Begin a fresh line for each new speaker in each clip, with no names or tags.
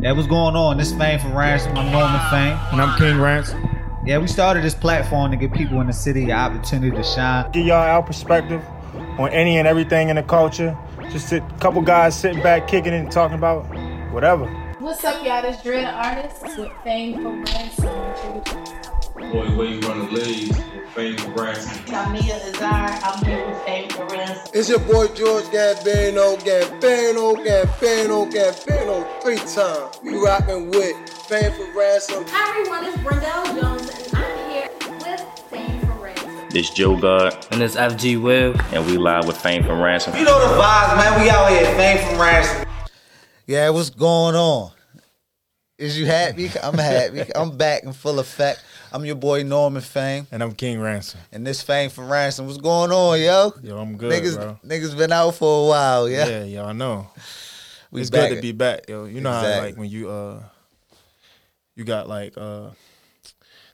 That was going on. This fame for Rance, my moment fame.
And I'm King Rance.
Yeah, we started this platform to give people in the city an opportunity to shine.
Give y'all our perspective on any and everything in the culture. Just a couple guys sitting back, kicking it, and talking about whatever.
What's up, y'all? This Dread Artist with Fame for Ransom.
Boy, where you run the league, favorite brands.
Tamia Azar. I'm here with Fame for Ransom.
It's your boy George Gambino, Gambino, Gambino, Gambino, three times. You rockin' with Fan for Ransom.
Hi everyone, it's Brendel Jones and I'm here with Fame for Ransom.
This Joe God,
And it's FG Will.
and we live with Fame from Ransom.
You know the vibes, man. We out here, fame from Ransom. Yeah, what's going on? Is you happy? I'm happy. I'm back in full effect. I'm your boy Norman Fame,
And I'm King Ransom.
and this fame for ransom. What's going on, yo?
Yo, I'm good,
niggas,
bro.
niggas been out for a while, yeah.
Yeah, y'all know.
we
it's
back.
good to be back, yo. You know how
Exactly.
like when you uh you got like uh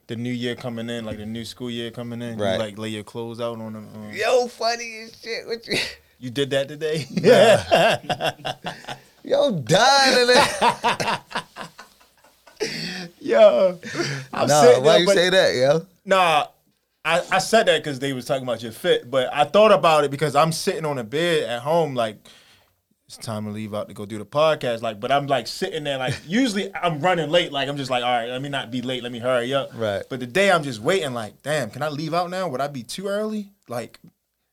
the new year coming in, like the new school year coming in,
Right.
you like lay your clothes out on them. um,
Yo, funny as shit. What you?
You did that today? Yeah.
Yo, dying in it.
yo. I'm
No,
sitting
why
there,
you
but-
say that, yo?
Nah, I, I said that because they was talking about your fit, but I thought about it because I'm sitting on a bed at home, like it's time to leave out to go do the podcast, like. But I'm like sitting there, like usually I'm running late, like I'm just like, all right, let me not be late, let me hurry up.
Right.
But today I'm just waiting, like, damn, can I leave out now? Would I be too early? Like,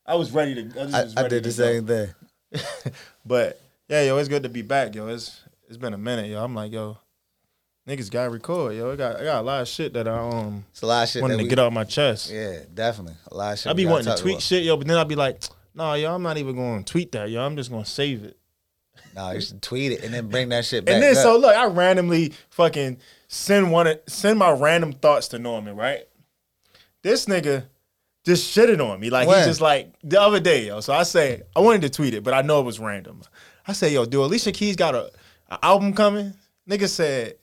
I was ready to. I, just
I,
was
I
ready
did
to
the
go.
same thing.
But yeah, yo, it's good to be back, yo. It's it's been a minute, yo. I'm like, yo, niggas got to record, yo. I got I got a lot of shit that I um
It's a lot of shit.
wanted
that
to
we,
get off my chest.
Yeah, definitely. A lot of shit.
I be
we gotta
wanting
talk
to tweet
about.
shit, yo, but then I'd be like, nah, yo, I'm not even going to tweet that, yo. I'm just going to save it.
Nah, you should tweet it and then bring that shit back.
And then,
up.
so look, I randomly fucking send one, of- send my random thoughts to Norman, right? This nigga just shitted on me. Like,
When?
he just like, the other day, yo. So I say, I wanted to tweet it, but I know it was random. I say, yo, do Alicia Keys got a, a album coming? Nigga said,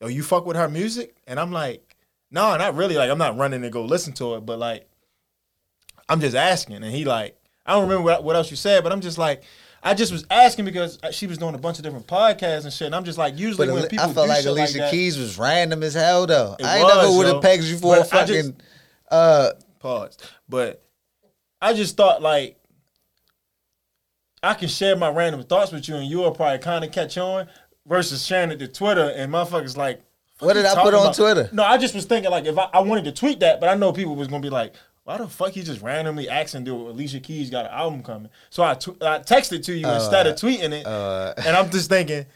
yo, you fuck with her music? And I'm like, no, not really. Like, I'm not running to go listen to it, but like, I'm just asking. And he like, I don't remember what, what else you said, but I'm just like, I just was asking because she was doing a bunch of different podcasts and shit. And I'm just like, usually
But
when
Ali-
people
I felt
do
like
shit
Alicia
like that,
Keys was random as hell though.
It
I ain't
was,
never would
yo.
have pegged you for a
But I
fucking
just-
uh
pause. But I just thought like, I can share my random thoughts with you, and you'll probably kind of catch on. Versus sharing it to Twitter, and motherfuckers like,
what did I put
talking
on
about-
Twitter?
No, I just was thinking like if I, I wanted to tweet that, but I know people was gonna be like, why the fuck he just randomly asking dude Alicia Keys got an album coming? So I tw- I texted to you instead
Uh,
of tweeting it, and I'm just thinking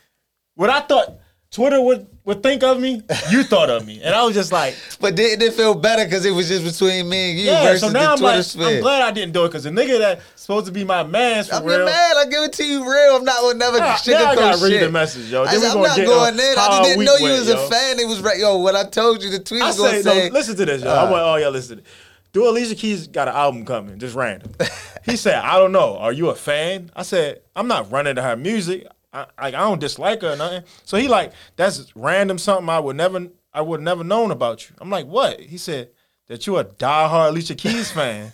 what I thought Twitter would would think of me, you thought of me, and I was just like,
But didn't it feel better because it was just between me and you
yeah.
versus
So now I'm
the Twitter
like,
sphere?
I'm glad I didn't do it because the nigga that's supposed to be my man's for
I'm
real.
your man. I give it to you real. I'm not gonna never
Nah, now I gotta
sugarcoat
read the
shit.
message, yo.
I
Then we
am
gonna
not
get, uh,
going in. I
how
just didn't
we
know you
went,
was
yo.
a fan. It was right. Yo, what I told you, the tweet
I
was gonna
say,
say. uh,
no, listen to this, y'all. I want all y'all to listen. to- Do Alicia Keys got an album coming? Just random. he said, I don't know. Are you a fan? I said, I'm not running to her music. I, I, I don't dislike her or nothing. So he like, that's random something I would never I would never known about you. I'm like, what? He said, that you a diehard Alicia Keys fan.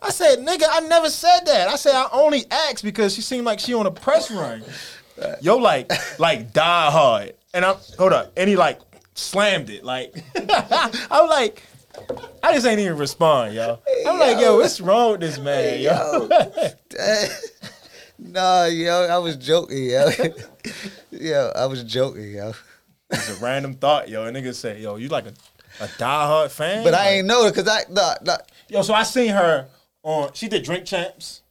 I said, nigga, I never said that. I said I only asked because she seemed like she on a press run. Yo, like, like die hard. And I'm hold up. And he like slammed it. Like I'm like, I just ain't even respond, yo. I'm like, yo, what's wrong with this man, yo?
nah, yo, I was joking, yo. yo, I was joking, yo.
It's a random thought, yo. A nigga say, yo, you like a, a diehard fan?
But I
Like,
ain't know it because I nah, nah,
Yo, so I seen her on she did drink champs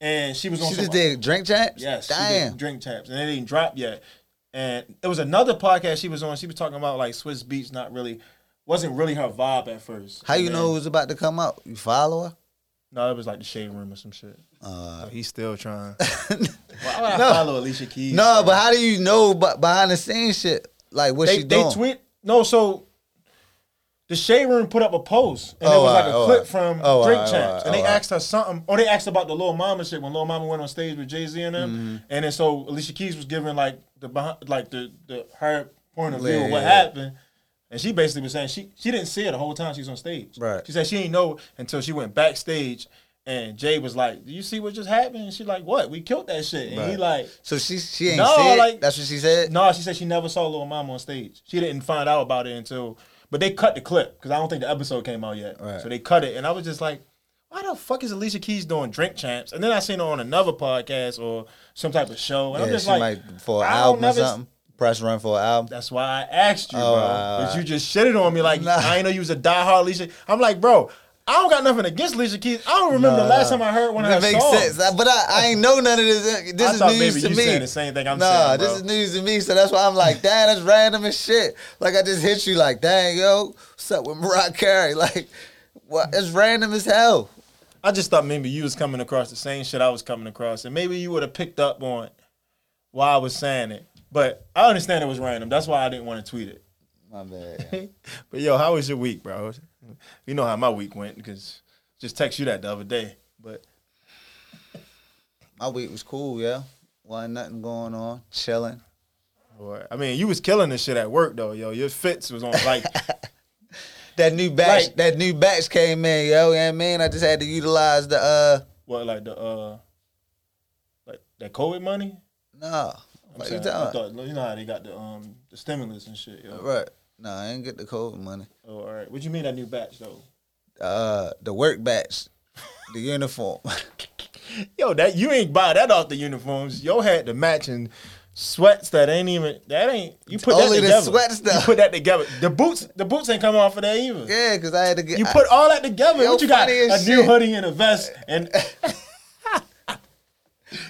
and she was on
she
some
just did drink chaps.
Yes, she
damn.
did drink taps, and it didn't drop yet. And it was another podcast she was on. She was talking about like Swiss Beats, not really, wasn't really her vibe at first.
How
And
you
then-
know it was about to come out? You follow her?
No, it was like the shade room or some shit. Uh, he's still trying. Why would I
No.
follow Alicia Keys?
No, but how do you know but behind the scenes shit? Like what
they
she
they
doing?
tweet. No, so the shade room put up a post, and
Oh,
it was like a
alright,
clip
alright.
from
Oh,
Drink
alright,
Champs,
alright,
and they
alright.
asked her something, or they asked about the Lil Mama shit when Lil Mama went on stage with Jay Z and them,
Mm-hmm.
and then so Alicia Keys was giving like the behind, like the, the her point of view
Yeah,
of what
yeah, yeah.
happened. And she basically was saying she she didn't see it the whole time she was on stage.
Right.
She said she didn't know until she went backstage And Jay was like, "Do you see what just happened?" And she like, "What? We killed that shit." And he
Right.
like,
So she she ain't
No,
said
like-
that's what she said.
"No," she said she never saw Lil Mama on stage. She didn't find out about it until, but they cut the clip because I don't think the episode came out yet.
Right.
So they cut it, and I was just like, "Why the fuck is Alicia Keys doing Drink Champs?" And then I seen her on another podcast or some type of show, and
yeah,
I'm just
she
like,
might for an
I don't
album or
never s-
something. Press run for an album.
That's why I asked you,
Oh,
bro.
uh,
but you just shitted on me like
Nah.
I ain't know you was a diehard Alicia. I'm like, bro, I don't got nothing against Alicia Keys. I don't remember the last time I heard one of her
That makes
songs.
sense, I- but I, I ain't know none of this. This
I
is
thought
news
maybe
to
you
me.
saying the same thing I'm
nah,
saying,
this
bro.
is news to me, so that's why I'm like, dang, that's random as shit. Like I just hit you, like, dang, yo, what's up with Mariah Carey? Like, what? It's random as hell.
I just thought maybe you was coming across the same shit I was coming across, and maybe you would have picked up on why I was saying it. But I understand it was random. That's why I didn't want to tweet it.
My bad.
But yo, how was your week, bro? You know how my week went because just text you that the other day. But
My week was cool, yeah. Wasn't nothing going on, chilling.
boy, I mean, you was killing this shit at work though, yo. Your fits was on like
That new batch,
Right.
that new batch came in, yo. You know what I mean? I just had to utilize the uh,
what like the uh like that COVID money.
no. What you
Saying,
talking?
I thought, you know how they got the um the stimulus and shit. Yo.
Right. No, I didn't get the COVID money.
Oh, all right. What you mean that new batch though?
Uh, the work batch, the uniform.
Yo, that you ain't buy that off the uniforms. Yo had the matching sweats that ain't even that ain't you put
Only
that
the
together.
sweats, though.
You put that together. The boots the boots ain't come off of that either.
yeah, because I had to get.
You put all that together.
Yo,
what you got?
funny
A
as
new
shit.
hoodie and a vest and.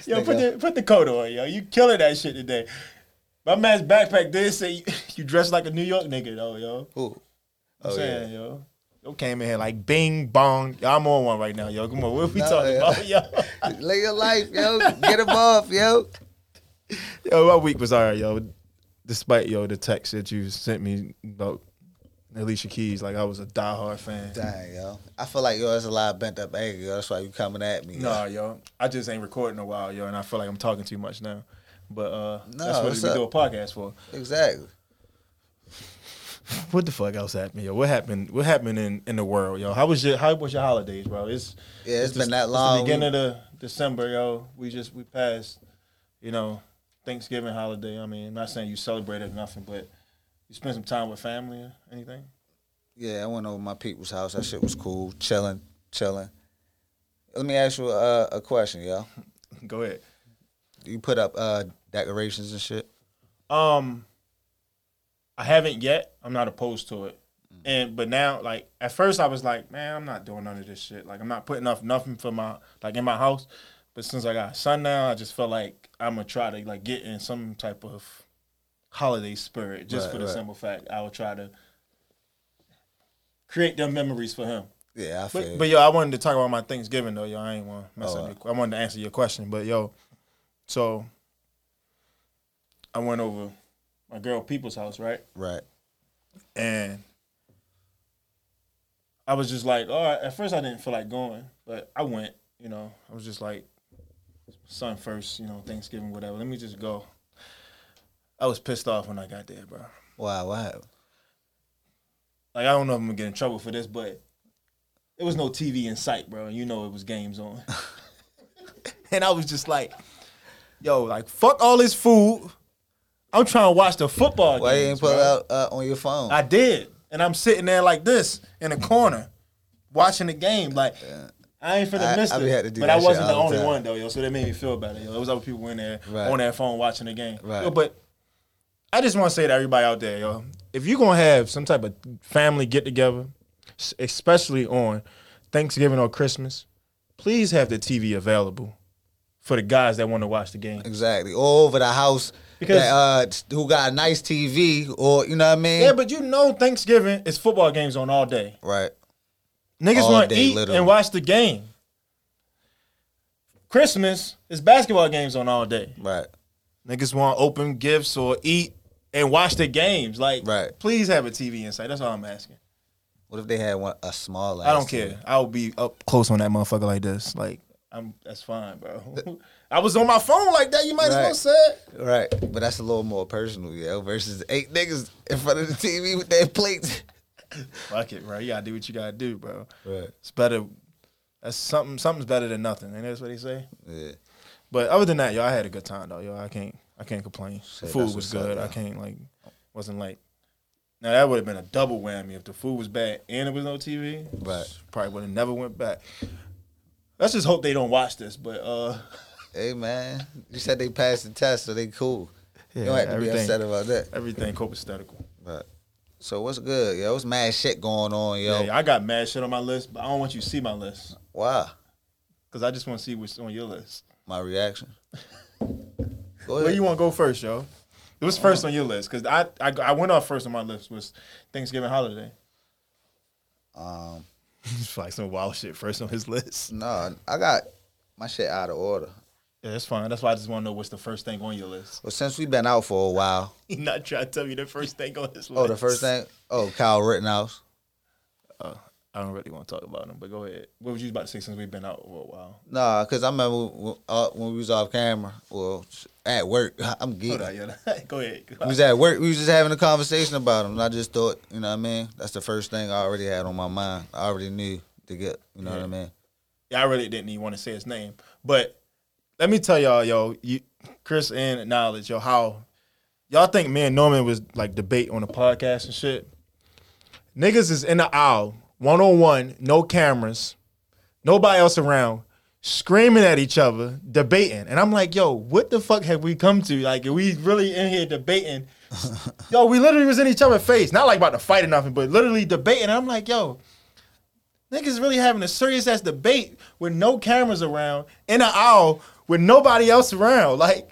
yo, put
nigga.
the put the coat on, yo. You killing that shit today. My man's backpack did say you, you dressed like a New York nigga though, yo.
I, Ooh.
I'm
Oh,
saying, yo. Yo came in here like bing bong. Yo, I'm on one right now, yo. Come on, what we
No,
talking
yeah.
about, yo?
Live your life, yo. Get them off, yo.
Yo, my week was alright, yo. Despite yo the text that you sent me about Alicia Keys, like I was a diehard fan.
Dang, yo. I feel like yo, it's a lot of bent up anger, yo. That's why you coming at me. yo.
Nah, yo, I just ain't recording a while, yo, and I feel like I'm talking too much now. But uh,
No,
that's what we
what's up?
do a podcast for.
Exactly.
What the fuck else happened, yo? What happened? What happened in, in the world, yo? How was your How was your holidays, bro? It's
Yeah, it's been
the-
that long.
It's the beginning of the December, yo. We just we passed, you know, Thanksgiving holiday. I mean, I'm not saying you celebrated or nothing, but you spent some time with family or anything.
Yeah, I went over my people's house. That shit was cool. Chilling, chilling. Let me ask you uh, a question, yo.
Go ahead.
Do you put up uh, decorations and shit?
Um, I haven't yet. I'm not opposed to it.
Mm.
And but now, like at first, I was like, man, I'm not doing none of this shit. Like I'm not putting up nothing for my like in my house. But since I got a son now, I just feel like I'm gonna try to like get in some type of holiday spirit, just
Right,
for the
right.
simple fact I will try to create them memories for him.
Yeah, I feel.
But,
you.
but yo, I wanted to talk about my Thanksgiving though. Yo, I ain't want to mess
Oh,
up. Your, I wanted to answer your question, but yo, so I went over my girl people's house, right?
right.
And I was just like, all right. At first, I didn't feel like going, but I went. You know, I was just like, son first. You know, Thanksgiving, whatever. Let me just go. I was pissed off when I got there, bro.
Wow, what happened?
Like I don't know if I'm gonna get in trouble for this, but it was no TV in sight, bro. You know it was games on. and I was just like, yo, like fuck all this food. I'm trying to watch the football
Why you
games,
ain't put
bro.
it out uh, on your phone?
I did. And I'm sitting there like this in a corner watching the game. Like I ain't finna
I-
miss
I
it.
be had to do
but
that
I
shit
wasn't the
all
only
the time.
one though, yo. So that made me feel better. Yo. It was other people in there
Right.
on their phone watching the game.
Right.
Yo, but I just want to say to everybody out there, yo, if you're gonna have some type of family get together, s- especially on Thanksgiving or Christmas, please have the TV available for the guys that want to watch the game.
exactly. All over the house.
Because-
that, uh, t- who got a nice TV or you know what I mean?
Yeah, but you know Thanksgiving is football games on all day.
right.
Niggas
All
want to
day,
eat
literally.
and watch the game. Christmas is basketball games on all day.
Right.
Niggas want to open gifts or eat and watch the games. Like,
Right.
please have a TV inside. That's all I'm asking.
What if they had one a small?
I don't
ass
care.
TV?
I'll be up close on that motherfucker like this. Like, I'm that's fine, bro. I was on my phone like that. You might
Right.
as well say it.
Right, but that's a little more personal, yo. Versus eight niggas in front of the TV with their plates.
Fuck it, bro. You gotta do what you gotta do, bro.
Right.
It's better That's something. Something's better than nothing, and that's what they say.
Yeah.
But other than that, yo, I had a good time though. Yo, I can't. I can't complain. The
that's
food was
what's up,
good.
yeah.
I can't like. Wasn't like. Now that would have been a double whammy if the food was bad and there was no TV.
Right.
Probably would have never went back. Let's just hope they don't watch this. But uh,
Hey man, you said they passed the test, so they cool.
Yeah,
you don't have to
everything.
be upset about that.
everything copaesthetical.
But so what's good? Yo, it's mad shit going on, yo.
Yeah, I got mad shit on my list, but I don't want you to see my list
Wow,
because I just want to see what's on your list.
my reaction. Go
Where
ahead.
you want to go first, yo? It was first on your list because I, I I went off first on my list was Thanksgiving holiday.
um,
It's like some wild shit first on his list.
no, I got my shit out of order.
Yeah, that's fine. That's why I just want to know what's the first thing on your list.
Well, since we've been out for a while,
He not trying to tell me the first thing on his list.
oh, the first thing, oh, Kyle Rittenhouse.
I don't really want to talk about him, but go ahead. What was you about to say since we've been out for a while?
Nah, cause I remember when, uh, when we was off camera, well, at work,
Hold
I'm geeking.
on, yeah. go ahead.
We was at work. We was just having a conversation about him. And I just thought, you know what I mean? That's the first thing I already had on my mind. I already knew to get, you know what I mean?
Yeah, I really didn't even want to say his name, but let me tell y'all, yo, you, Chris and Knowledge, yo, how y'all think me and Norman was like debate on the podcast and shit. Niggas is in the aisle, one on one, no cameras, nobody else around, screaming at each other, debating, and I'm like, yo, what the fuck have we come to? Like, are we really in here debating? yo, we literally was in each other's face, not like about to fight or nothing, but literally debating. And I'm like, yo, Niggas really having a serious ass debate with no cameras around in an aisle with nobody else around. Like,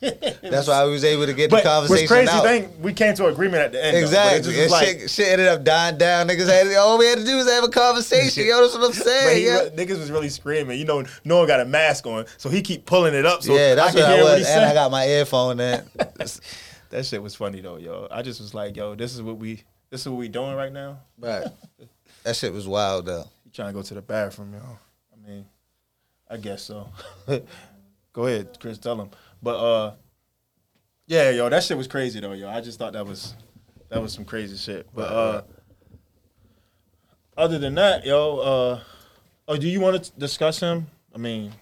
That's why I was able to get
but
the conversation
what's crazy
out.
thing we came to agreement at the end. though, but it
Exactly.
just
And
was like-
shit, shit ended up dying down. Niggas had all we had to do was have a conversation. Yo, that's what I'm
but he,
saying.
re-
Yeah,
niggas was really screaming. You know, no one got a mask on, so he keep pulling it up. So
yeah that's
I
what
can
I
hear
was.
what he
and I
said.
got my earphone in.
that shit was funny though, yo. I just was like, yo, this is what we, this is what we doing right now.
right. That shit was wild though.
You trying to go to the bathroom, yo? I mean, I guess so. go ahead, Chris. Tell him. But uh, yeah, yo, that shit was crazy though, yo. I just thought that was that was some crazy shit. But uh, other than that, yo, uh, oh, do you want to discuss him? I mean,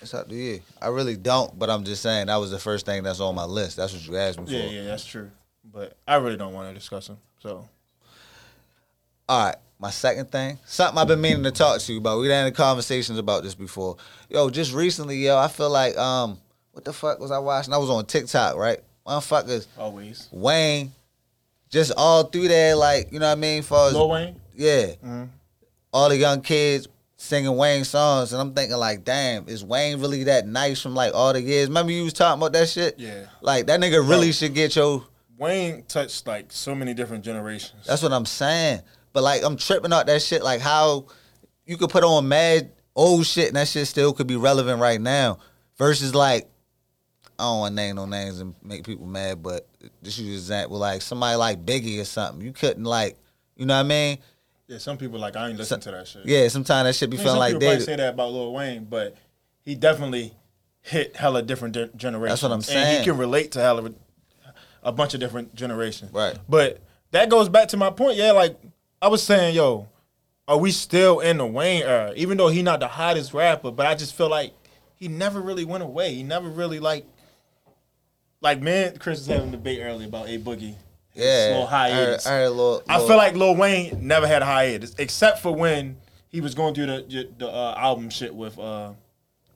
It's up to you. I really don't, but I'm just saying that was the first thing that's on my list. That's what you asked me for.
yeah, yeah, that's true. But I really don't want to discuss him. So
All right, my second thing, something I've been meaning to talk to you about. We done had conversations about this before. Yo, just recently, yo, I feel like um, what the fuck was I watching? I was on TikTok, right? Motherfuckers,
always,
Wayne, just all through there, like you know what I mean? For
Lil Wayne.
yeah, all the young kids singing Wayne songs, and I'm thinking like, damn, is Wayne really that nice from like all the years? Remember you was talking about that shit?
Yeah.
like that nigga really
Yo.
should get your
Wayne touched like so many different generations.
That's what I'm saying. But like I'm tripping out that shit. Like how you could put on mad old shit and that shit still could be relevant right now. Versus like I don't want to name no names and make people mad, but just use an example like somebody like Biggie or something. You couldn't like you know what I mean?
Yeah, some people like I ain't listen to that shit.
Yeah, sometimes that shit
I
be
mean,
feeling
some
like
people probably
dated.
say that about Lil Wayne, but he definitely hit hella different de- generations.
That's what I'm
And
saying.
he can relate to hella a bunch of different generations.
Right.
But that goes back to my point. Yeah, like I was saying, yo, are we still in the Wayne era? Even though he not the hottest rapper, but I just feel like he never really went away. He never really like. Like man, Chris was having a debate earlier about a boogie. His
Yeah, Er,
little
I heard-
hiatus.
I heard Lil-
I
Lil-
feel like Lil Wayne never had a hiatus, except for when he was going through the the uh, album shit with uh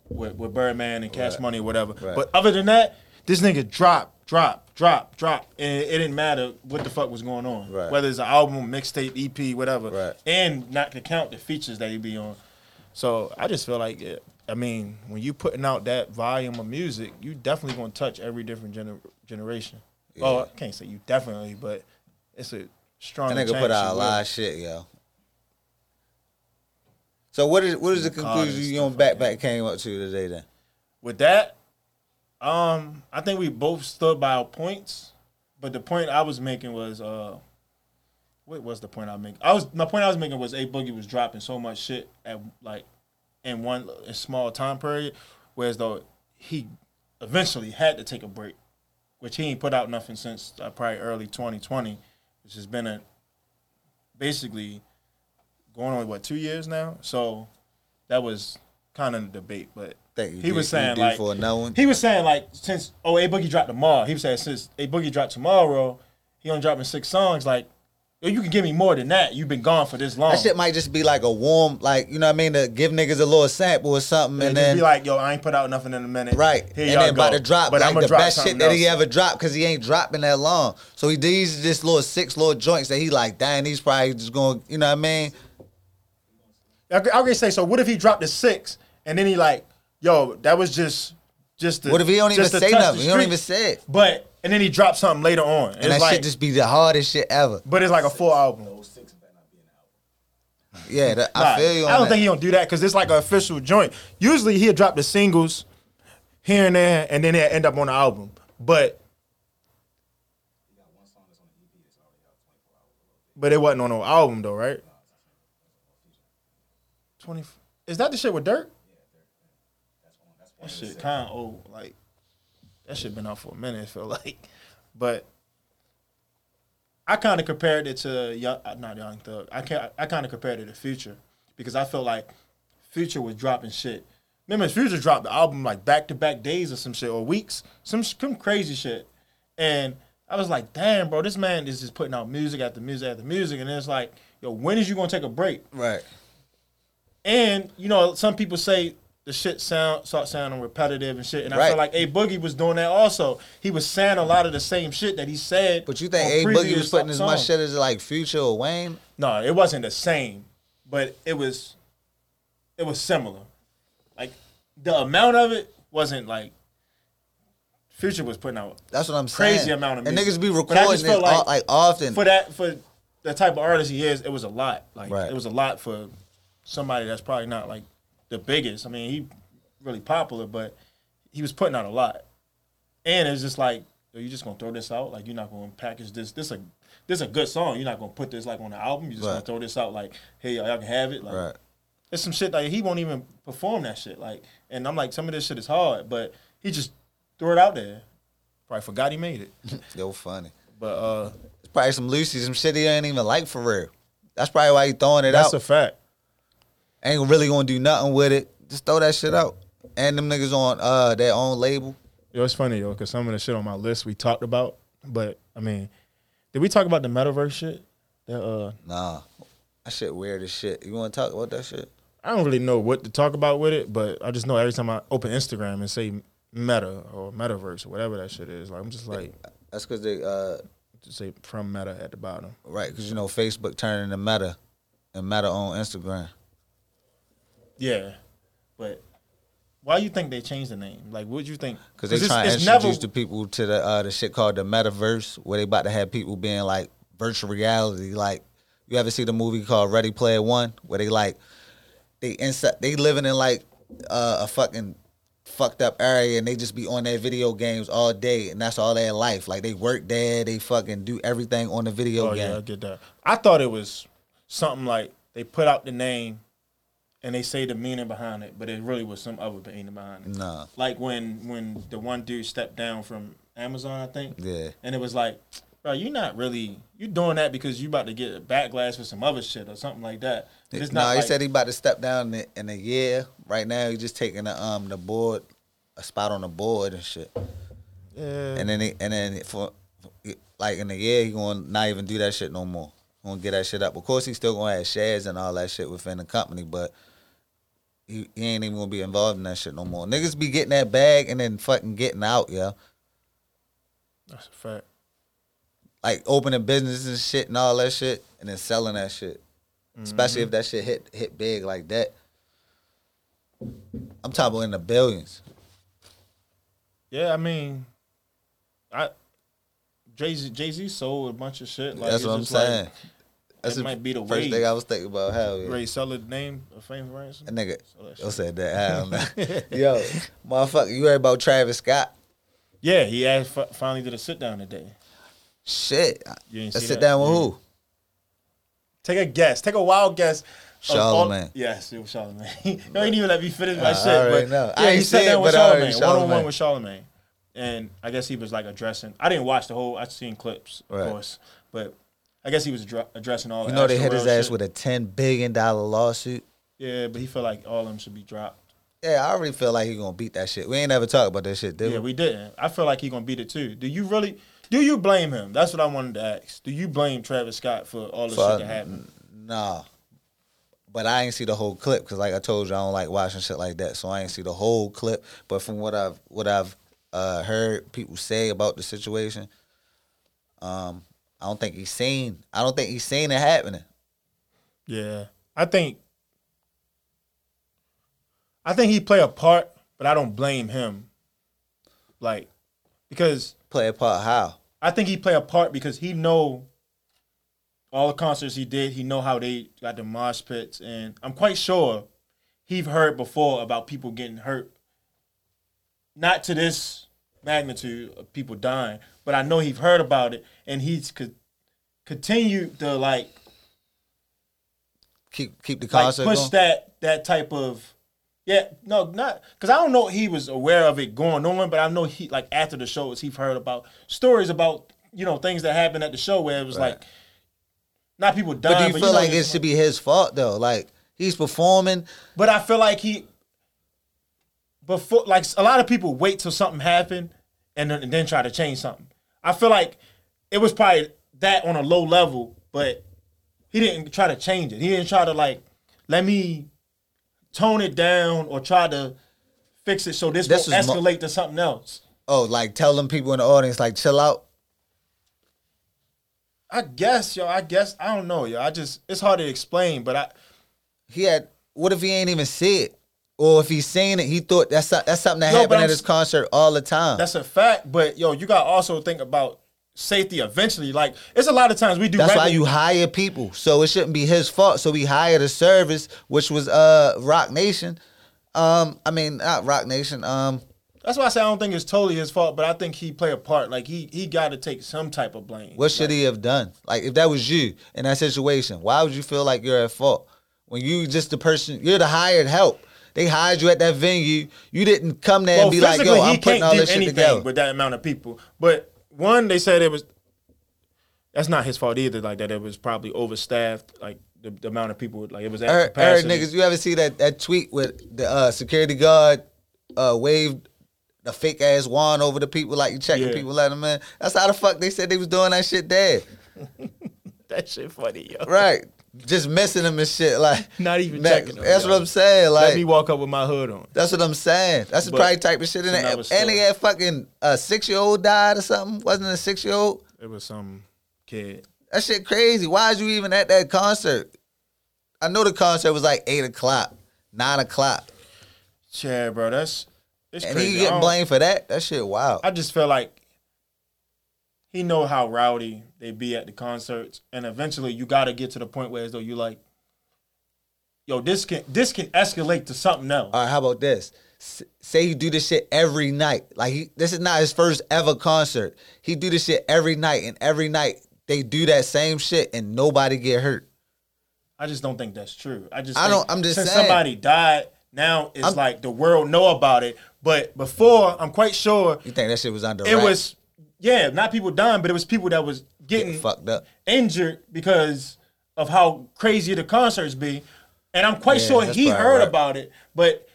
with, with Birdman and Cash Money or whatever.
Right.
But other than that, this nigga drop, drop, drop, drop, and it didn't matter what the fuck was going on,
Right.
whether it's an album, mixtape, EP, whatever,
Right.
and not to count the features that he be on. So I just feel like, it, I mean, when you putting out that volume of music, you definitely gonna touch every different gener- generation. Oh, I can't say you definitely, but it's a strong.
That nigga
chance
put
you
out a
will.
lot of shit, yo. So what is what is the
God,
conclusion
it's
you and
different,
Backpack came up to today then?
with that, um, I think we both stood by our points. But the point I was making was uh what was the point I making? I was my point I was making was A Boogie was dropping so much shit at like in one in small time period, whereas though he eventually had to take a break, which he ain't put out nothing since uh, probably early 2020, which has been a basically going on what two years now. So that was kind of the debate, but
Thank you,
he
D-
was saying
D
like
for another one.
he was saying like since oh a boogie dropped tomorrow, he was saying since a boogie dropped tomorrow, he only dropping six songs. Like yo, you can give me more than that. You've been gone for this long.
That shit might just be like a warm, like you know what I mean, to give niggas a little sample or something,
and
and
just
then
be like yo, I ain't put out nothing in a minute.
right,
Here
and
y'all
then about
go.
to drop
But
like
I'ma
the
drop
best shit
something
that he
else.
ever dropped because he ain't dropping that long. So he these just little six little joints that he like, dang, he's probably just going, you know what I mean?
I could, I could say so. What if he dropped a six and then he like, yo, that was just just. The,
What if he don't even
just to
say
touch the
nothing? He don't
street.
even say it.
But and then he dropped something later on.
And that
it's like,
shit just be the hardest shit ever.
but it's like a full album.
Yeah, that,
Nah,
I feel you. On
don't
that.
think he don't do that because it's like an official joint. Usually he'll drop the singles here and there, and then he'll end up on the album. But but it wasn't on no album though, right? Twenty. Is that the shit with Dirk? That shit kind of old. Like that shit been out for a minute. I feel like, but. I kind of compared it to young, uh, not Young Thug. I can I kind of compared it to Future because I felt like Future was dropping shit. Remember, Future dropped the album like back to back days or some shit or weeks, some sh- some crazy shit, and I was like, damn, bro, this man is just putting out music after music after music, and it's like, yo, when is you gonna take a break?
right.
And you know, some people say the shit sound start sounding repetitive and shit. And I
Right.
feel like A Boogie was doing that also. He was saying a lot of the same shit that he said.
But you think
on
A Boogie was
previous
putting as much
songs.
shit as like Future or Wayne?
No, it wasn't the same, but it was it was similar. Like the amount of it wasn't like Future was putting out
That's what I'm saying.
crazy amount of
and
music.
niggas be
But I
recording
just
it
feel
like, like often.
for that for the type of artist he is. It was a lot. Like
Right.
it was a lot for somebody that's probably not like the biggest. I mean, he really popular, but he was putting out a lot. And it's just like yo, you just gonna throw this out. Like you're not gonna package this. This a this a good song. You're not gonna put this like on the album. You just gonna
Right.
throw this out. Like hey, y'all, y'all can have it. Like
right.
it's some shit like he won't even perform that shit. Like, and I'm like, some of this shit is hard, but he just threw it out there. Probably forgot he made it.
Yo, funny.
But uh
It's probably some Lucy, some shit he ain't even like for real. That's probably why he throwing it out.
fact.
ain't really gonna do nothing with it. Just throw that shit out. And them niggas on uh their own label.
Yo, it's funny yo, because some of the shit on my list we talked about, but I mean, did we talk about the metaverse shit? That uh,
Nah. That shit weird as shit. You wanna talk about that shit?
I don't really know what to talk about with it, but I just know every time I open Instagram and say Meta or Metaverse or whatever that shit is, like I'm just like
That's cause they uh
just say from Meta at the bottom.
right, cause you know Facebook turning to meta and meta on Instagram.
Yeah, but why you think they changed the name? Like, what do you think?
Cause they
it's-
trying to
it's
introduce the people to the uh the shit called the metaverse where they about to have people being like virtual reality. Like you ever see the movie called Ready Player One where they like they inside they living in like uh, a fucking fucked up area and they just be on their video games all day and that's all their life. Like they work there, they fucking do everything on the video
Oh yeah, I
game.
get that. I thought it was something like they put out the name and they say the meaning behind it, but it really was some other meaning behind it.
Nah.
Like when when the one dude stepped down from Amazon, I think.
Yeah.
And it was like, bro, you're not really you doing that because you about to get backlash for some other shit or something like that. But it's
no,
not
he
like-
said he about to step down in, in a year. Right now, he's just taking the um the board, a spot on the board and shit.
Yeah.
And then he, and then for like in a year, he gonna not even do that shit no more. Gonna get that shit up. Of course, he's still gonna have shares and all that shit within the company, but he, he ain't even gonna be involved in that shit no more. Niggas be getting that bag and then fucking getting out, yeah.
That's a fact.
Like opening businesses and shit and all that shit, and then selling that shit.
Mm-hmm.
Especially if that shit hit hit big like that. I'm talking about in the billions.
Yeah, I mean, I Jay Z Jay Z sold a bunch of shit. Like,
That's
it's
what I'm
just like,
saying. That's
that might be the
first
way.
thing I was thinking about. Hell yeah.
Ray Seller name of fame ransom.
That nigga,
that
I said that. I don't know. Yo, motherfucker, you heard about Travis Scott?
Yeah, he asked, fi- finally did a sit down today.
Shit.
You ain't
I
see
sit
that?
down with
Yeah.
who?
Take a guess. Take a wild guess. of all-
Charlamagne.
Yes, it was Charlemagne. you ain't even let me finish my
I
shit.
already
But
know. I
yeah, he
ain't
sat
see it,
down with
but I already
Charlemagne, one on one
Charlamagne.
with Charlemagne, and I guess he was like addressing. I didn't watch the whole. I seen clips, of
Right.
course, but I guess he was addre- addressing all.
You
the
know they
actual
hit his
real
ass
shit.
with a ten billion dollar lawsuit.
Yeah, but he felt like all of them should be dropped.
Yeah, I already feel like he gonna beat that shit. We ain't ever talked about that shit, did
Yeah,
we?
we didn't. I feel like he gonna beat it too. Do you really? Do you blame him? That's what I wanted to ask. Do you blame Travis Scott for all the
Fuck.
shit that happened?
Nah. But I ain't see the whole clip because, like I told you, I don't like watching shit like that, so I ain't see the whole clip. But from what I've what I've uh, heard people say about the situation, um, I don't think he's seen. I don't think he's seen it happening.
Yeah, I think. I think he play a part, but I don't blame him. Like, because
Play a part how?
I think he play a part because he know all the concerts he did. He know how they got the mosh pits, and I'm quite sure he've heard before about people getting hurt, not to this magnitude of people dying, but I know he's heard about it, and he's co- continued to like
Keep keep the
like
concert
push
going.
that that type of yeah no not because I don't know he was aware of it going on, but I know he like after the shows he's heard about stories about you know things that happened at the show where it was like not people dying, but,
but do you feel
know,
like it should be his fault though? Like he's performing.
But I feel like he before like a lot of people wait till something happen and then, and then try to change something. I feel like it was probably that on a low level, but he didn't try to change it. He didn't try to like let me tone it down or try to fix it so this,
This
won't
was mo-
escalate to something else.
Oh, like telling people in the audience like chill out.
I guess, yo. I guess I don't know, yo. I just it's hard to explain, but I
He had. What if he ain't even see it? Or if he's seen it, he thought that's so- that's something that
No, but
happened
I'm
at his
s-
concert all the time.
That's a fact, but yo, you gotta also think about safety eventually. Like it's a lot of times we do.
That's why
regular-
you hire people. So it shouldn't be his fault. So he hired a service, which was uh Rock Nation. Um, I mean not Rock Nation. Um,
That's why I say I don't think it's totally his fault, but I think he play a part. Like he he got to take some type of blame.
what should he have done? Like if that was you in that situation, why would you feel like you're at fault when you just the person you're the hired help? They hired you at that venue. You didn't come there and be like,
physically,
yo, I'm putting all this shit together.
with that amount of people. But one, they said it was that's not his fault either. Like that, it was probably overstaffed. Like the, the amount of people, like it was at
Eric, Eric
capacity.
niggas, you ever see that, that tweet with the uh, security guard uh, waved the fake ass wand over the people, like you checking
Yeah.
people, letting them in? That's how the fuck they said they was doing that shit there.
that shit funny, yo.
Right. Just missing them and shit. Like
Not even
that-
checking them,
That's
yo.
what I'm saying.
Let me
Like
walk up with my hood on.
that's what I'm saying. That's the
But
probably type of shit in
another
it. And
story.
they had fucking a six year old died or something. Wasn't it a six year old?
It was some kid.
That shit crazy. Why is you even at that concert? I know the concert was like eight o'clock, nine o'clock.
Yeah, bro, that's it's
And
crazy.
he
I
getting
don't-
blamed for that? That shit wild.
I just feel like he know how rowdy they be at the concerts, and eventually you gotta get to the point where as though you like, yo, this can this can escalate to something else.
All right, how about this? S- say you do this shit every night. Like he, this is not his first ever concert. He do this shit every night, and every night they do that same shit, and nobody get hurt.
I just don't think that's true. I just
I
think
don't- I'm just
since
saying.
somebody died, now it's
I'm-
like the world know about it. But before, I'm quite sure
You think that shit was under?
it
wraps?
was yeah, not people dying, but it was people that was
getting
getting
fucked up.
injured because of how crazy the concerts be. And I'm quite
Yeah,
sure
that's
he
probably
heard
right.
about it, but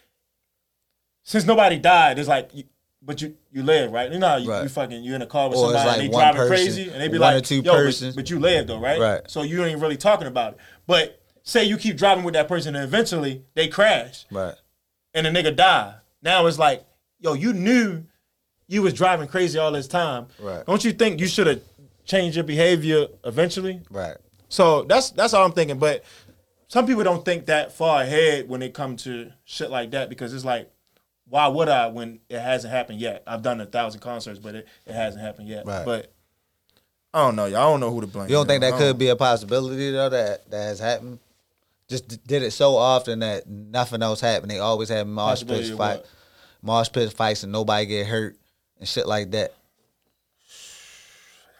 since nobody died, it's like, you, but you you live, right? You know, how you,
Right.
you fucking you in a car with
Or it's
somebody
like
and they
one
driving
person,
crazy, and they be
one
like,
or two
Yo, but-
persons."
but, you live though, right?
Right.
So you ain't really talking about it. But say you keep driving with that person, and eventually they crash,
Right.
and the nigga die. Now it's like, yo, you knew you was driving crazy all this time.
Right.
Don't you think you should have changed your behavior eventually?
Right.
So that's that's all I'm thinking. But some people don't think that far ahead when it comes to shit like that because it's like, why would I when it hasn't happened yet? I've done a thousand concerts, but it, it hasn't happened yet.
Right.
But I don't know, y'all. I don't know who to blame.
You don't think
yo.
that
I
could be a possibility though that that has happened? Just d- did it so often that nothing else happened. They always had marsh pit
Possibility of
fight,
what?
marsh pit fights, and nobody get hurt and shit like that.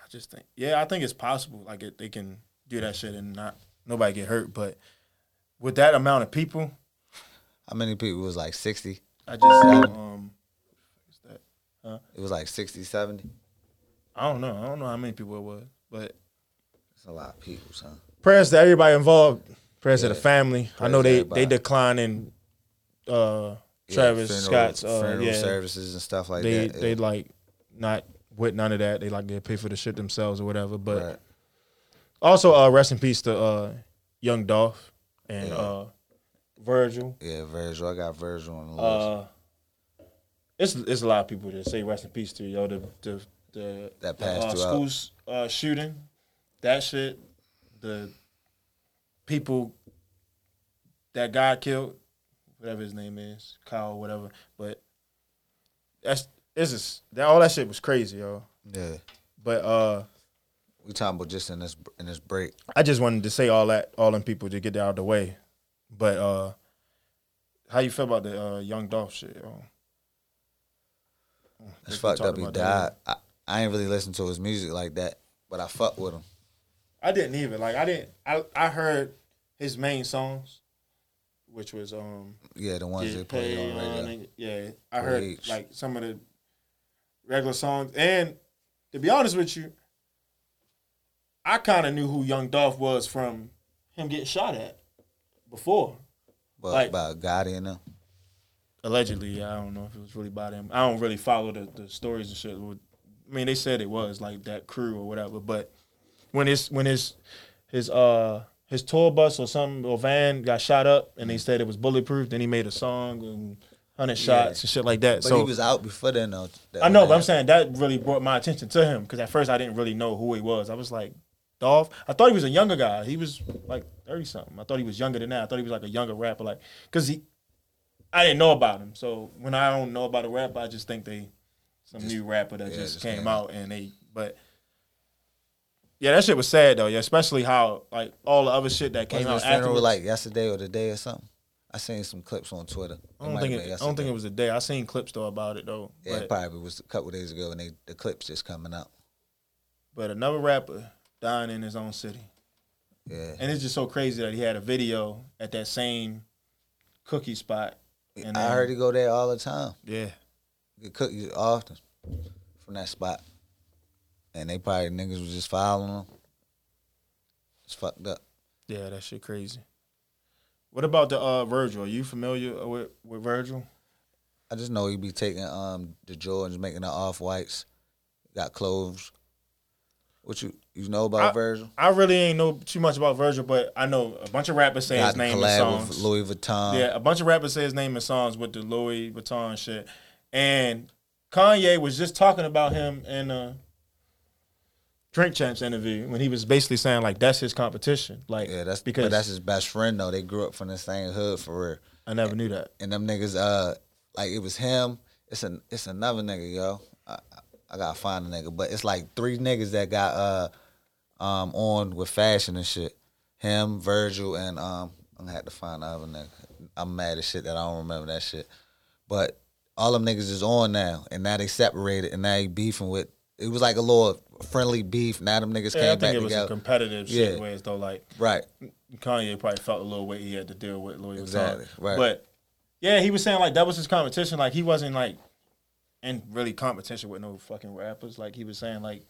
I just think, yeah, I think it's possible. Like it, they can do that shit and not nobody get hurt. But with that amount of people,
How many people It was like sixty?
I just um,
It was like 60, 70.
I don't know. I don't know how many people it was, but
It's a lot of people, son.
prayers to everybody involved. Prayers to the family. I
Prayers
know
to
they
everybody.
they declining uh, Travis
funeral-
Scott's uh,
funeral
yeah.
services and stuff like
They
that.
they
yeah.
like not with none of that. They like they pay for the shit themselves or whatever. But
Right.
also uh, rest in peace to uh, Young Dolph and uh, Virgil.
yeah, Virgil. I got Virgil on the list.
Uh, it's it's a lot of people that say rest in peace to yo the the the,
That
the,
passed
uh,
throughout.
schools uh, shooting, that shit, the people that God killed, whatever his name is, Kyle, whatever. But that's it's just that all that shit was crazy, yo.
yeah,
But uh,
we talking about just in this in this break.
I just wanted to say all that, all them people to get that out of the way. But uh, how you feel about the uh, young Dolph shit? Yo?
It's
We
fucked
talked
up. He
about that
died. I, I ain't really listened to his music like that, but I fuck with him.
I didn't even like. I didn't. I I heard his main songs, which was um.
Yeah, the ones
Get
they played on
Paid
radio.
On and- yeah, I heard
Preach.
like some of the regular songs, and to be honest with you, I kind of knew who Young Dolph was from him getting shot at before.
but
like-
about God in them.
Allegedly, I don't know if it was really by them. I don't really follow the, the stories and shit. with- I mean, they said it was like that crew or whatever, but when his when his his uh his tour bus or something or van got shot up and they said it was bulletproof, then he made a song and hundred shots and shit like that.
But
so
he was out before then though. that
I know,
when
but I'm
that-
saying that really brought my attention to him because at first I didn't really know who he was. I was like, Dolph. I thought he was a younger guy. He was like thirty something. I thought he was younger than that. I thought he was like a younger rapper, like because he, I didn't know about him. So when I don't know about a rapper, I just think they some new rapper that
yeah,
just,
just
came,
came
out and they. But yeah, that shit was sad though. Yeah, especially how like all the other shit that came
Wasn't his
out
funeral
after.
like yesterday or today or something. I seen some clips on Twitter. It
I don't
might
think
have
it,
been
I don't think
yesterday.
it was a day. I seen clips though about it though.
Yeah,
but-
it probably was a couple days ago, and they, the clips just coming out.
but another rapper dying in his own city.
Yeah,
And it's just so crazy that he had a video at that same cookie spot. And
I
then-
heard he go there all the time.
Yeah.
Get cookies often from that spot, and they probably niggas was just following him. It's fucked up.
Yeah, that shit crazy. What about the uh Virgil? Are you familiar with, with Virgil?
I just know he be taking um the Jordans, making the off whites, got clothes. What you you know about
I-
Virgil?
I really ain't know too much about Virgil, but I know a bunch of rappers say
got
his
the
name in
collab
songs.
with Louis Vuitton.
Yeah, a bunch of rappers say his name in songs with the Louis Vuitton shit. And Kanye was just talking about him in a Drink Champs interview when he was basically saying like that's his competition. Like
yeah. That's
because
because but that's his best friend though. They grew up from the same hood for real.
I never knew that.
and them niggas uh like it was him. It's an it's another nigga, yo. I, I- I gotta find a nigga, but it's like three niggas that got uh um on with fashion and shit. Him, Virgil, and um I'm gonna have to find the other nigga. I'm mad as shit that I don't remember that shit. But all them niggas is on now, and now they separated, and now they beefing with. It was like a little friendly beef. Now them niggas
Yeah, I
came back
think it was a
together.
competitive
Yeah.
shit ways though. Like
right.
Kanye probably felt a little weight he had to deal with Louis
Exactly,
Vuitton.
right.
But yeah, he was saying like that was his competition. Like he wasn't like in really competition with no fucking rappers. Like he was saying like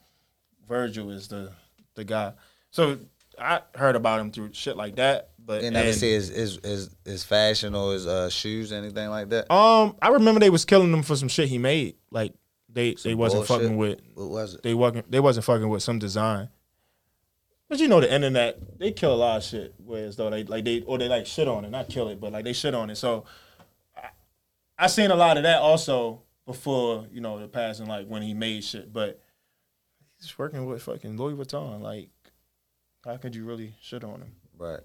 Virgil is the the guy. So I heard about him through shit like that. But
They never
and-
see his his, his his fashion or his uh, shoes, anything like that.
um, I remember they was killing him for some shit he made. Like they they wasn't
bullshit.
fucking with
What was it?
they wasn't they wasn't fucking with some design. But you know the internet, they kill a lot of shit. Whereas though they like they or they like shit on it, not kill it, but like they shit on it. So I, I seen a lot of that also before you know the passing, like when he made shit. But he's working with fucking Louis Vuitton. Like, how could you really shit on him?
Right.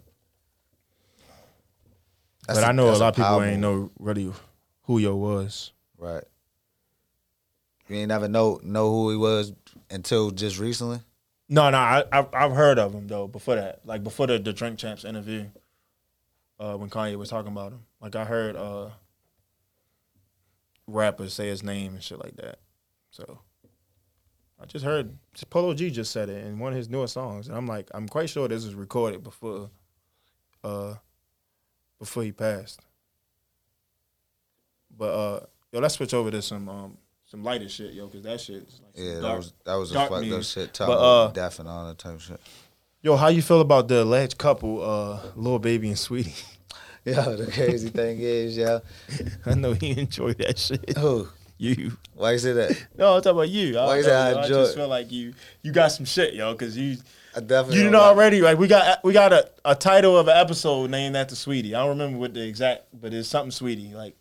but I know a lot of people ain't know really who yo was.
Right. You ain't never know know who he was until just recently.
No, no, I, I I've heard of him though before that, like before the, the Drink Champs interview, uh, when Kanye was talking about him. Like I heard uh, rappers say his name and shit like that. So I just heard Polo G just said it in one of his newer songs, and I'm like, I'm quite sure this was recorded before, uh, before he passed. But uh, yo, let's switch over to some um some lighter shit, yo, because that shit is like some
Yeah, that
dark-
was that was a
dark
fucked up
music.
shit
But,
talking
uh,
about death and all that type of shit.
Yo, how you feel about the alleged couple, uh, Lil Baby and Sweetie?
Yo, the crazy thing is, yo,
I know he enjoyed that shit.
who?
You.
Why you say that?
Oh. No, I'm talking about you. I,
Why you
don't
say
know,
I
I
enjoy
just
it?
feel like you you got some shit, yo, because you
I definitely.
you
don't
know
like-
already. Like we got we got a, a title of an episode named after Sweetie. I don't remember what the exact, but it's something Sweetie. Like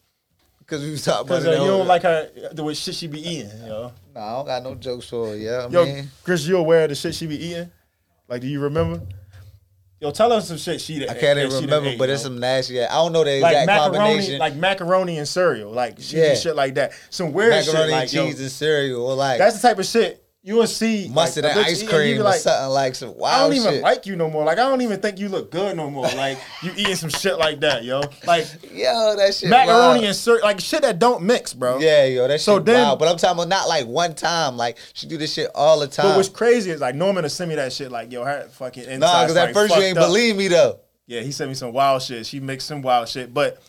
Cause we was talking about
because
it.
uh, you
earlier.
don't like her the way shit she be eating, yo.
Nah, I don't got no jokes for it. Yeah, I
Yo,
mean,
Chris, you aware of the shit she be eating? Like, do you remember? Yo, tell us some shit she.
I can't even remember, but it's some nasty. I don't know the
like
exact
macaroni,
combination.
like macaroni and cereal, like she
Yeah.
do shit like that. Some weird
macaroni
shit, like
and
yo,
cheese and cereal, or like
that's the type of shit you would see. like,
mustard
a
and
bitch
ice
eating, you be
cream or
like,
something like some wild
I don't even
shit.
like you no more. Like I don't even think you look good no more. Like you eating some shit like that, yo. Like
yo, that shit.
macaroni
wild.
and cereal, like shit that don't mix, bro.
yeah, yo, that shit.
So
So
then-
wild. but I'm talking about not like one time. Like she do this shit all the time.
But what's crazy is like Norman will send me that shit like yo her fucking inside.
nah, because at first you ain't believe me though.
Yeah, he sent me some wild shit. She makes some wild shit. But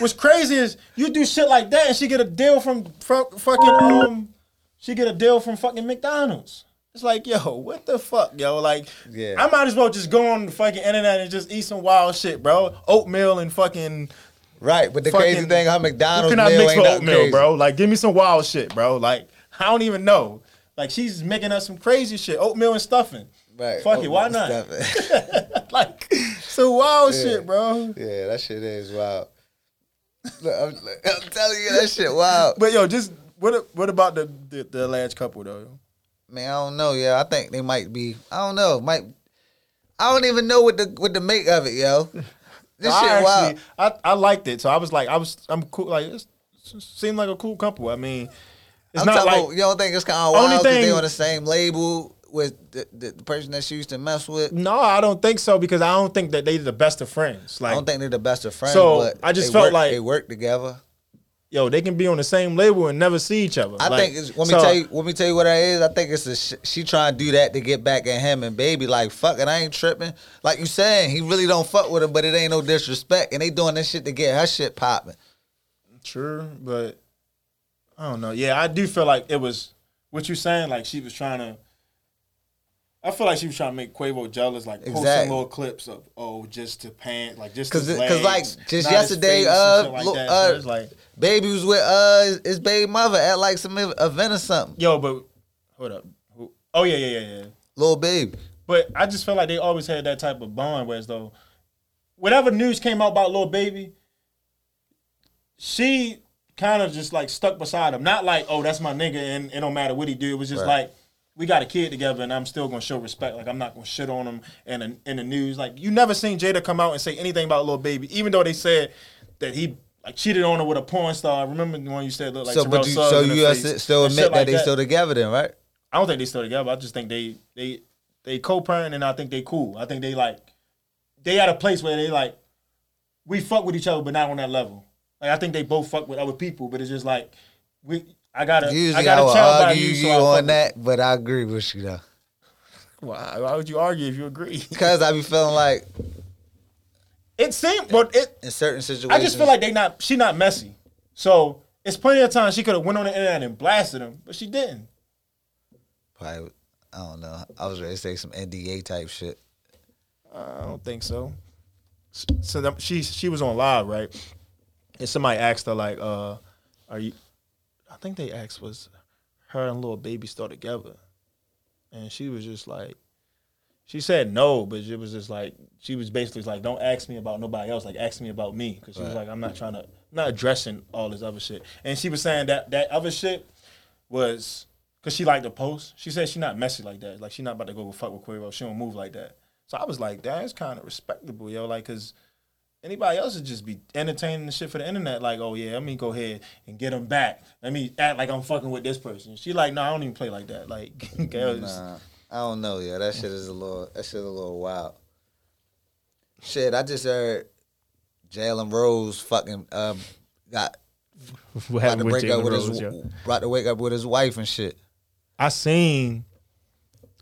what's crazy is you do shit like that and she get a deal from, from fucking um she get a deal from fucking McDonald's. It's like, yo, what the fuck, yo? Like,
Yeah.
I might as well just go on the fucking internet and just eat some wild shit, bro. Oatmeal and fucking
Right, but the
Fucking-
crazy thing, her
What
McDonald's
can I
meal
mix
ain't
for
nothing
oatmeal,
crazy.
bro? Like, give me some wild shit, bro. Like, I don't even know. Like, she's making us some crazy shit. Oatmeal and stuffing.
Right,
Fuck it, why
oatmeal
not?
stuff.
like, some wild
Yeah.
shit, bro.
yeah, that shit is wild. Look, I'm, I'm telling you, that shit wild.
But yo, just what what about the the, the last couple though?
Man, I don't know. Yeah, I think they might be. I don't know. Might. I don't even know what the what to make of it, yo. This
I
shit wild.
I, I liked it, so I was like, I was I'm cool. Like, it seemed like a cool couple. I mean, it's
I'm
not
talking
like
about, you don't think it's kind of
Only
wild because they
thing-
on the same label with the, the, the person that she used to mess with.
no, I don't think so because I don't think that they the best of friends.
I
Like,
don't think they're the best of friends.
So,
but
I just
they
felt
work-
like-
they work together.
yo, they can be on the same label and never see each other.
I
Like,
think it's, let me
so-
tell you. Let me tell you what that is. I think it's a sh- she trying to do that to get back at him and baby. Like fuck it, I ain't tripping. Like you saying, he really don't fuck with him, but it ain't no disrespect. And they doing this shit to get her shit popping.
True, but I don't know. Yeah, I do feel like it was what you saying. Like she was trying to. I feel like she was trying to make Quavo jealous, like posting
Exactly.
little clips of oh, just to pants, like just
Cause,
his
it- cause like
legs,
just
not his
yesterday,
face and
uh,
shit like
lo-
that. So
uh,
it's like
baby was with uh his, his baby mother at like some ev- event or something.
yo, but hold up. Who- Oh yeah, yeah, yeah, yeah.
Little baby,
But I just feel like they always had that type of bond where as though whatever news came out about Lil Baby, she kind of just like stuck beside him. Not like, oh, that's my nigga and it don't matter what he do. It was just
Right.
like we got a kid together and I'm still gonna show respect. Like I'm not gonna shit on him and in the news. Like you never seen Jada come out and say anything about Lil Baby, even though they said that he like cheated on her with a porn star. Remember the one you said looked like
so
Terrell
but you,
Suggs
so
in the
you
face
s- still
and shit
admit
like
that they still together then, right?
I don't think they still together. I just think they they they co-parent and I think they cool. I think they like they at a place where they like we fuck with each other, but not on that level. Like I think they both fuck with other people, but it's just like we. I gotta. I
Usually I,
gotta
would
tell by
argue
you,
you,
so I fuck
on
with-
that, but I agree with you though,
Why, why would you argue if you agree?
cause I be feeling like
It seemed, but it
in certain situations,
I just feel like they not she not messy. So it's plenty of time she could have went on the internet and blasted him, but she didn't.
probably, I don't know. I was ready to say some NDA type shit.
I don't think so. S- So them- she she was on live, right? And somebody asked her like, uh, "Are you?" I think they asked was her and little baby still together, and she was just like, she said no, but it was just like she was basically like, "Don't ask me about nobody else. Like, ask me about me," because she was
Right.
like, "I'm not trying to, I'm not addressing all this other shit." And she was saying that that other shit was because she liked to post. She said she not messy like that. Like she not about to go fuck with Quavo. She don't move like that. So I was like, that's kind of respectable, yo. Like, cause anybody else would just be entertaining the shit for the internet. Like, oh yeah, let me go ahead and get him back. Let me act like I'm fucking with this person. She like, no, I don't even play like that. Like, girl, it's-
Nah, I don't know. Yeah, that shit is a little. That shit a little wild. Shit, I just heard Jalen Rose fucking um, got
what
about to
happened with
break up
Jalen
with
Rose,
his
yo?
about to wake up with his wife and shit.
I seen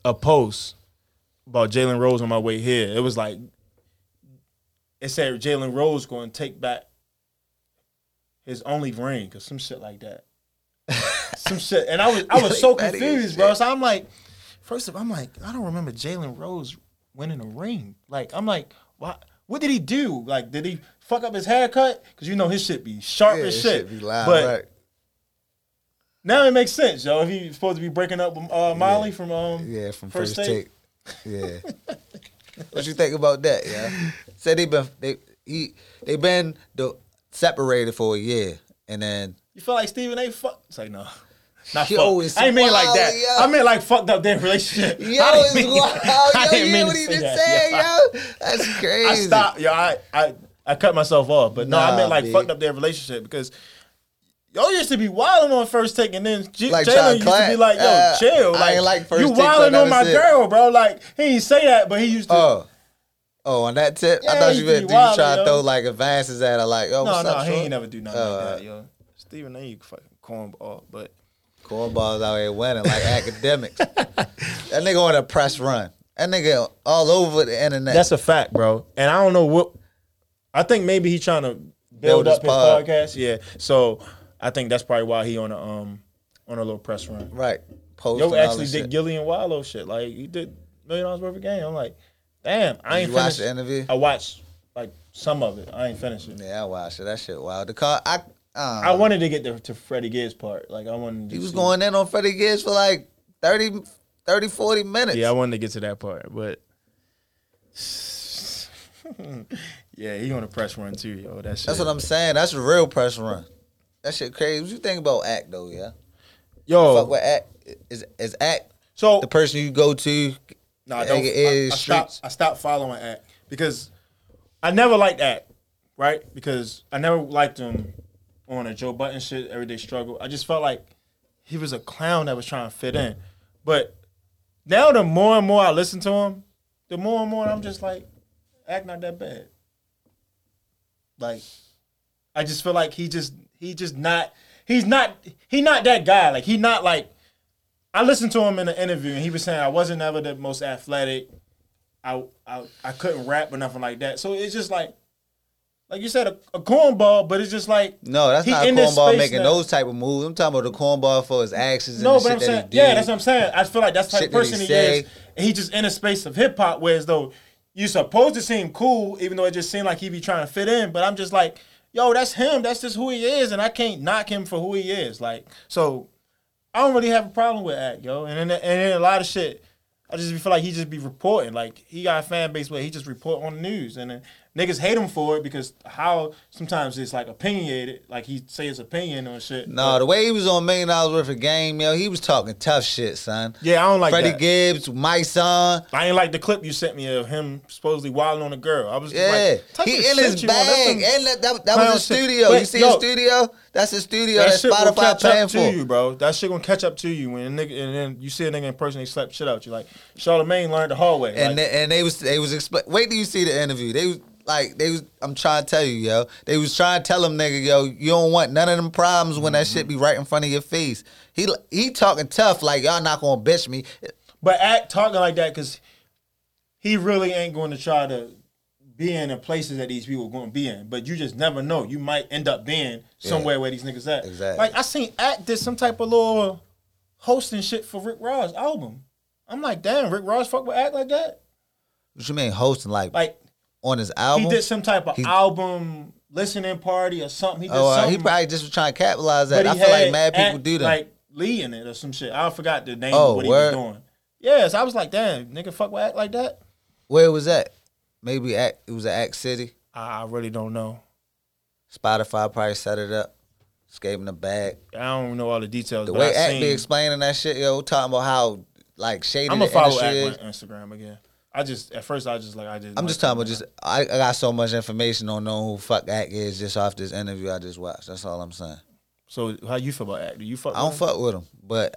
a post about Jalen Rose on my way here. It was like it said Jalen Rose going to take back his only ring or some shit like that. some shit, and I was I was so
That is
confused, bro.
shit.
So I'm like, first of all, I'm like I don't remember Jalen Rose winning a ring. Like I'm like, why? What did he do? Like, did he fuck up his haircut? Because you know his shit be sharp as
it
shit.
should be loud,
but
right?
now it makes sense, yo. If he's supposed to be breaking up with uh, Molly from um
Yeah, from first, take. Yeah. what you think about that? Yeah. Said they been they he they been the, separated for a year, and then
You feel like Stephen A. Fuck? It's like no. Not
Yo, it's
fuck. I ain't mean like
wild,
that.
yo.
I meant like fucked up their relationship.
yo,
I didn't
it's
mean-
wild.
I
Yo,
didn't mean
you hear
to
what he
say
just
that,
said,
yo.
yo? That's crazy.
I stopped. Yo, I, I I cut myself off, but no, I
Nah,
meant like
B.
fucked up their relationship because y'all used to be wilding on first take, and then J-
Like trying to
Jalen used to be
clap.
like, "Yo,
Uh,
chill."
I
Like,
ain't like first
you
take, so
wilding on
that
my
was it.
girl, bro. Like he didn't say that, but he used to.
Oh. Oh, on that tip, I
Yeah,
thought
he
you meant
be
you try
wild,
to
yo.
throw like advances at her, like, oh,
no,
what's
no,
up,
he
short?
ain't never do nothing
Uh,
like that, yo. Stephen, A. you fucking cornball, but
Cornballs out here winning like academics. That nigga on a press run. That nigga all over the internet.
That's a fact, bro. And I don't know what. I think maybe he trying to build,
Build his
up his
pod.
podcast. Yeah, so I think that's probably why he on a um on a little press run.
right. Post
Yo, actually
all
did
did
Gillian Wallow shit. Like he did million dollars worth of game. I'm like, damn, I ain't
you watch
finished.
the interview?
I watched like some of it. I ain't finished it.
Yeah, I watched it. That shit wild. The car, I, uh,
I wanted to get to, to Freddie Gibbs part. Like I wanted. To
he was
see-
going in on Freddie Gibbs for like 30, 30 40 minutes.
Yeah, I wanted to get to that part, but. yeah, he on a press run too, yo. That shit.
That's what I'm saying. That's a real press run. That shit crazy. What you think about act though? Yeah.
Yo,
Fuck with act is is act
so
the person you go to.
No, I
Nigga
don't. I,
is
I stopped.
streets.
I stopped following Act because I never liked Act, right? Because I never liked him on a Joe Button shit, Everyday Struggle. I just felt like he was a clown that was trying to fit in. But now, the more and more I listen to him, the more and more I'm just like, Act not that bad. Like, I just feel like he just he just not he's not he not that guy. Like he not like I listened to him in an interview and he was saying I wasn't ever the most athletic. I I, I couldn't rap or nothing like that. So it's just like like you said, a, a cornball, but it's just like
No, that's
he
not a
in this
cornball
space
making
now.
those type of moves. I'm talking about the cornball for his actions and
No,
the
but
shit
I'm
that
saying
he did.
yeah, that's what I'm saying. I feel like that's the type
Shit
of
that he
person he,
say.
is. And he just in a space of hip hop, whereas though you supposed to seem cool, even though it just seemed like he be trying to fit in. But I'm just like, yo, that's him. That's just who he is, and I can't knock him for who he is. Like, so I don't really have a problem with Act, yo. And then, and then a lot of shit, I just feel like he just be reporting. Like he got a fan base where he just report on the news, and then niggas hate him for it because how sometimes it's like opinionated, like he say his opinion on shit.
No, the way he was on Million Dollars Worth of Game, yo, he was talking tough shit, son.
yeah, I don't like
Freddie
that.
Gibbs, my son.
I ain't like the clip you sent me of him supposedly wilding on a girl. I was just
Yeah,
like, type of
he in
shit
his
you on. That's
bag,
some-
and that, that, that
clown
was a
shit.
studio. you
But,
see
yo,
a studio? That's a studio that,
that shit will
Spotify
catch
paying
up to
for.
you, bro. That shit gonna catch up to you when a nigga, and then you see a nigga in person, they slap shit out you. Like Charlemagne learned the hard way.
And
like,
they, and they was they was expl- wait till you see the interview. They was like they was I'm trying to tell you, yo. They was trying to tell him nigga, yo, you don't want none of them problems when that shit be right in front of your face. He he talking tough like y'all not gonna bitch me.
But act talking like that because he really ain't going to try to be in the places that these people are going to be in. But you just never know. You might end up being somewhere where these niggas at.
Exactly.
Like I seen act did some type of little hosting shit for Rick Ross album. I'm like, damn, Rick Ross fuck with act like that.
What you mean hosting like,
Like
on his album?
he did some type of
He-
album listening party or something. He did
oh, uh,
something.
he probably just was trying to capitalize that.
but
I
he
feel like
had
mad people
Act,
do that.
Like Lee in it or some shit. I forgot the name
Oh,
of what he was
word.
doing. Yes, I was like, damn, nigga, fuck with act like that.
Where was that? Maybe act, it was at Act City.
I I really don't know.
Spotify probably set it up. Just gave him the bag.
I don't know all the details.
The
but
way
I
Act be
seen-
explaining that shit, yo, talking about how like shady
I'm
the
gonna follow
industry is.
Act on Instagram again. I just at first I was just like I just.
I'm just talking about just I, I got so much information on knowing who fuck Act is just off this interview I just watched. That's all I'm saying.
So how you feel about Act? Do you fuck?
I don't
with
fuck with him, but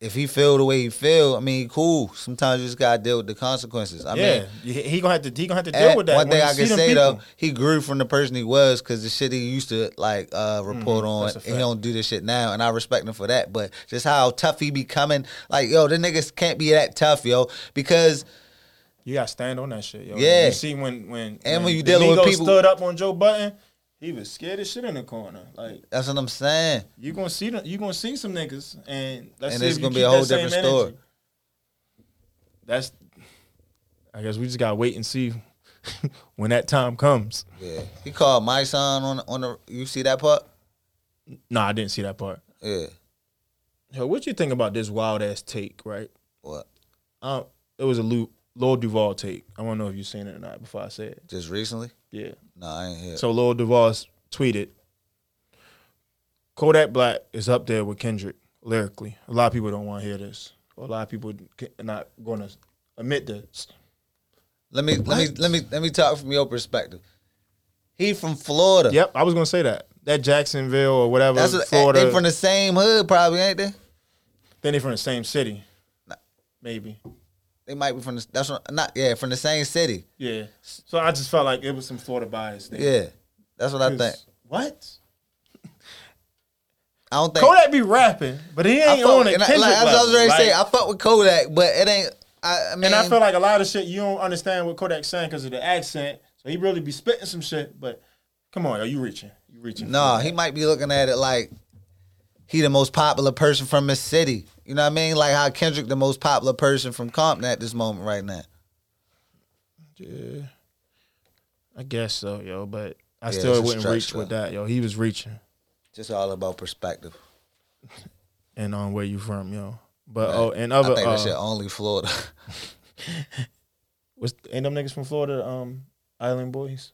if he feel the way he feel, I mean, cool. Sometimes you just gotta deal with the consequences. I
him? yeah,
mean,
he, he gonna have to he gonna have to deal
Act-
with that.
one
when
thing
you
I
see
can
them
say
people.
though, he grew from the person he was because the shit he used to like uh, report
Mm-hmm. that's a
on, he
fact.
don't do this shit now, and I respect him for that. But just how tough he becoming, like yo, the niggas can't be that tough, yo, because
you gotta stand on that shit, yo.
Yeah.
you see when when
And when you dealing with
Migos
people-
stood up on Joe Button, he was scared as shit in the corner. Like
that's what I'm saying.
you gonna see them, you gonna see some niggas, and let's
And
see
it's
if you
gonna be
keep
a whole
that same
different story.
energy. That's I guess we just gotta wait and see when that time comes.
Yeah. He called my son on on the. You see that part?
No, I didn't see that part.
Yeah.
Yo, what you think about this wild ass take, right?
What?
Um, it was a Lou, Lil Duval take. I don't know if you've seen it or not before I say it.
Just recently?
Yeah.
No, I ain't hear. it.
So Lil Duval s- tweeted, Kodak Black is up there with Kendrick lyrically. A lot of people don't want to hear this. Or a lot of people c- not going to admit this.
let me let me let me let me talk from your perspective. He from Florida.
Yep, I was going to say that. That Jacksonville or whatever,
That's what,
Florida.
they from the same hood, probably ain't they?
then they from the same city. Maybe.
They might be from the. That's what, not yeah from the same city.
Yeah. So I just felt like it was some Florida bias there.
Yeah, that's what I think.
What?
I don't think
Kodak be rapping, but he
I
ain't
fuck,
on it.
and I-
Kendrick
like, I was
level.
already
Like,
saying I fuck with Kodak, but it ain't. I, I mean,
and I feel like a lot of shit you don't understand what Kodak's saying because of the accent. So he really be spitting some shit, but come on, yo, you reaching. You reaching. for
No,
that.
he might be looking at it like he the most popular person from his city. You know what I mean? Like how Kendrick the most popular person from Compton at this moment right now.
Yeah. I guess so, yo, but I
Yeah, it's
still
a
wouldn't
stretch,
reach with
though.
that, yo. He was reaching.
Just all about perspective.
And on where you from, yo. But
Right.
oh, and
I
other
think
uh,
that shit only Florida.
was ain't them niggas from Florida, um, Island Boys.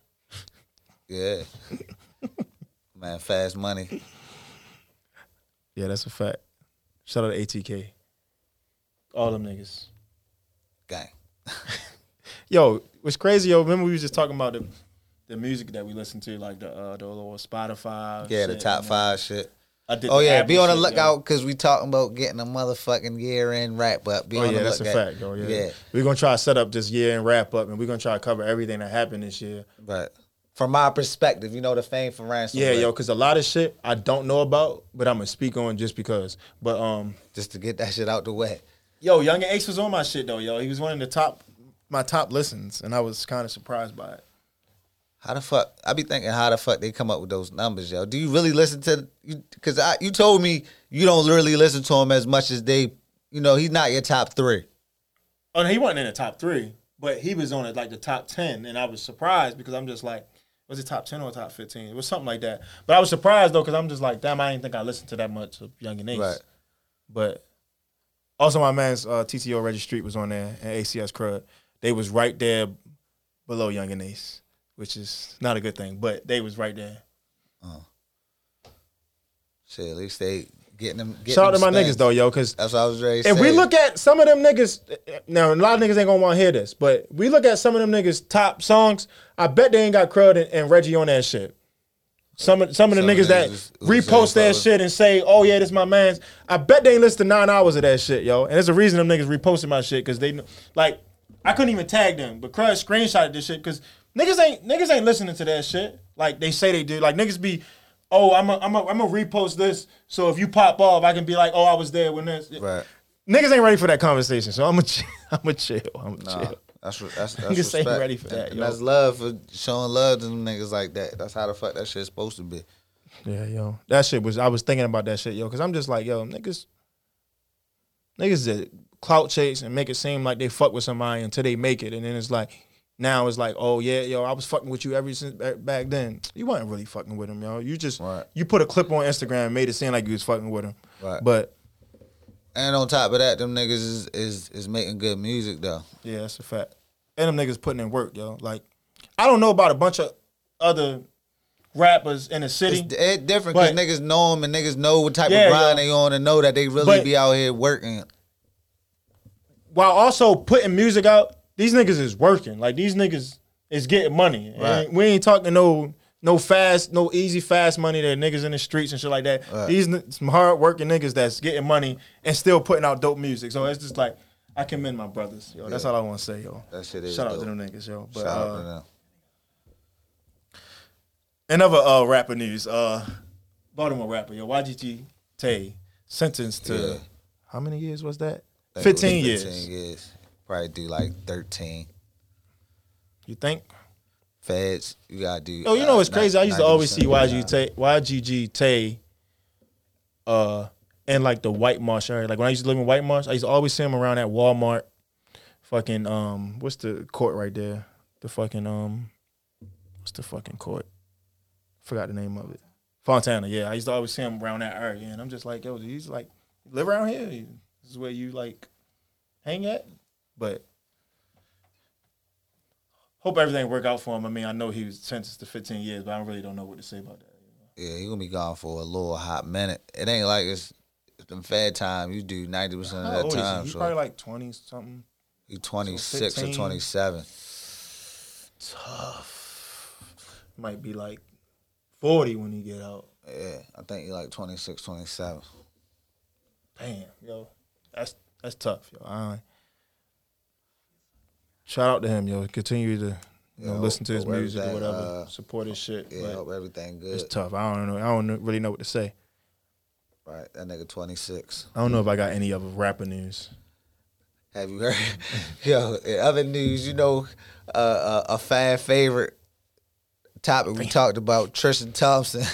yeah. Man, fast money.
Yeah, that's a fact. Shout out to ATK. All them niggas.
Gang.
Yo, what's crazy, yo, remember we was just talking about the the music that we listen to, like the uh the little Spotify.
Yeah, the
shit,
top
and
five shit.
I did
Oh
the
yeah,
Apple
be on the
shit, yo.
lookout because we talking about getting a motherfucking year in wrap up. Be
Oh
on
yeah,
the
that's a
lookout.
fact, yo. Yeah.
yeah,
We're gonna try to set up this year and wrap up and we're gonna try to cover everything that happened this year.
but from my perspective, you know the fame for ransom.
Yeah, yo, because a lot of shit I don't know about, but I'm gonna speak on just because. But um,
Just to get that shit out the way.
yo, Young and Ace was on my shit though, yo. He was one of the top, my top listens, and I was kind of surprised by it.
How the fuck? I be thinking how the fuck they come up with those numbers, yo. Do you really listen to? you Because I, you told me you don't really listen to him as much as they. You know, he's not your top three.
Oh, no, he wasn't in the top three, but he was on it like the top ten, and I was surprised because I'm just like, was it top ten or top fifteen? It was something like that. But I was surprised though because I'm just like, damn, I didn't think I listened to that much of Young and Ace.
Right.
But also, my man's uh, TTO registry was on there and ACS Crud. They was right there below Young and Ace, which is not a good thing, but they was right there.
Shit, at least they getting them. Getting
Shout out to
them
my
spins.
niggas though, yo, because
That's what I was ready. to
if we
say.
look at some of them niggas, now a lot of niggas ain't gonna want to hear this, but we look at some of them niggas' top songs. I bet they ain't got Crud and, and Reggie on that shit. Some of some of the
Some of
niggas
the
that
niggas who
repost
say
that
follow.
shit and say, "Oh yeah, this my man's." I bet they ain't listen to nine hours of that shit, yo. And there's a reason them niggas reposting my shit because they kn- like I couldn't even tag them, but Crud screenshotted this shit because niggas ain't niggas ain't listening to that shit like they say they do. Like niggas be, "Oh, I'm a, I'm a, I'm gonna repost this," so if you pop off, I can be like, "Oh, I was there when this."
right,
Niggas ain't ready for that conversation, so I'm a, I'm a chill, I'm a
nah,
chill.
that's what- that's that's
Niggas ain't
respect.
ready for that,
And
yo.
that's love for showing love to them niggas like that. That's how the fuck that shit's supposed to be.
Yeah, yo, that shit was. I was thinking about that shit, yo, because I'm just like, yo, niggas, niggas that clout chase and make it seem like they fuck with somebody until they make it, and then it's like, now it's like, oh yeah, yo, I was fucking with you every since ba- back then. You wasn't really fucking with him, yo. You just
Right.
you put a clip on Instagram, and made it seem like you was fucking with him,
Right.
but
And on top of that, them niggas is is, is making good music though.
Yeah, that's a fact. And them niggas putting in work, yo. Like, I don't know about a bunch of other rappers in the city.
It's, it's different because
But-
niggas know them and niggas know what type
Yeah,
of grind
yeah.
they on and know that they really
But-
be out here working.
while also putting music out, these niggas is working. Like these niggas is getting money. And
Right.
we ain't talking no no fast, no easy fast money that niggas in the streets and shit like that.
Right.
These n- some hard working niggas that's getting money and still putting out dope music. So it's just like I commend my brothers, yo. That's all I want to say, yo.
That shit is
Shout out
dope.
to them niggas, yo. But,
Shout out
uh,
to them.
Another uh, rapper news. Uh, Baltimore rapper, yo, YGG Tay, sentenced to
Yeah.
how many years was that?
Think it was
Fifteen years.
years. Probably do like thirteen.
You think?
Feds, you gotta do. uh,
Oh, you know what's crazy? I used to always see YG
YGT.
Tay, YGG Tay, uh, and like the White Marsh area. Like when I used to live in White Marsh, I used to always see him around at Walmart, fucking um what's the court right there? The fucking um what's the fucking court? Forgot the name of it. Fontana, yeah. I used to always see him around that area and I'm just like, yo, he's like live around here. This is where you like hang at. But hope everything work out for him. I mean, I know he was sentenced to 15 years, but I really don't know what to say about that.
Yeah, you gonna be gone for a little hot minute. It ain't like it's, it's them fed time. You do ninety percent
How
of
old
that
Oh, is he?
time.
He's
so
probably like 20 something.
you twenty six or
15.
twenty seven.
Tough. Might be like 40 when he get out.
Yeah, I think you're like 26, 27.
Damn, yo, that's that's tough, yo. I, shout out to him, yo. Continue to you know,
Yeah,
listen to his
hope
music or
everything,
whatever,
uh,
support his shit.
Yeah,
but
hope everything good.
it's tough. I don't know. I don't know- really know what to say.
Right, that nigga 26.
I don't know if I got any other rapper news.
Have you heard? Yo, in other news, you know, uh, uh, a fan favorite topic we talked about, Tristan Thompson.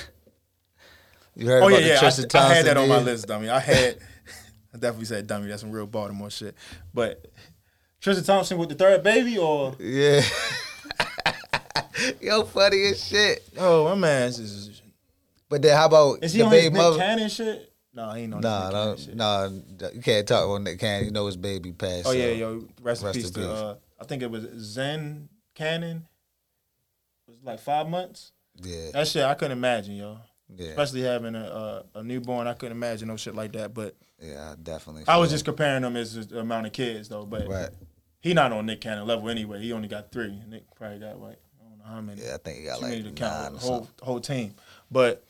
you heard
Oh yeah,
about the
yeah. I,
Tristan
I
Thompson?
had that on my
deal?
list, dummy. I had, I definitely said dummy. That's some real Baltimore shit. But Tristan Thompson with the third baby, or
Yeah. Yo, funny as shit.
oh my man, is, is,
But then how about
is he
the
on his
baby
Nick
mother?
Cannon shit? No, he ain't on his
Nah,
Nick
no,
Cannon shit.
nah, you can't talk about Nick Cannon. You know his baby passed.
Oh yeah,
so-
yo, rest,
rest
in peace
in
to
peace.
uh, I think it was Zen Cannon. It was like five months.
Yeah,
That shit I couldn't imagine, yo.
yeah,
Especially having a, a a newborn, I couldn't imagine no shit like that. But
yeah, I definitely.
I was
feel
just comparing them as the amount of kids though. But
it. Right.
he not on Nick Cannon level anyway. He only got three. Nick probably got like I don't know how many.
Yeah, I think he got
Too many to
like
count.
nine
with
or
The whole
something.
whole team, but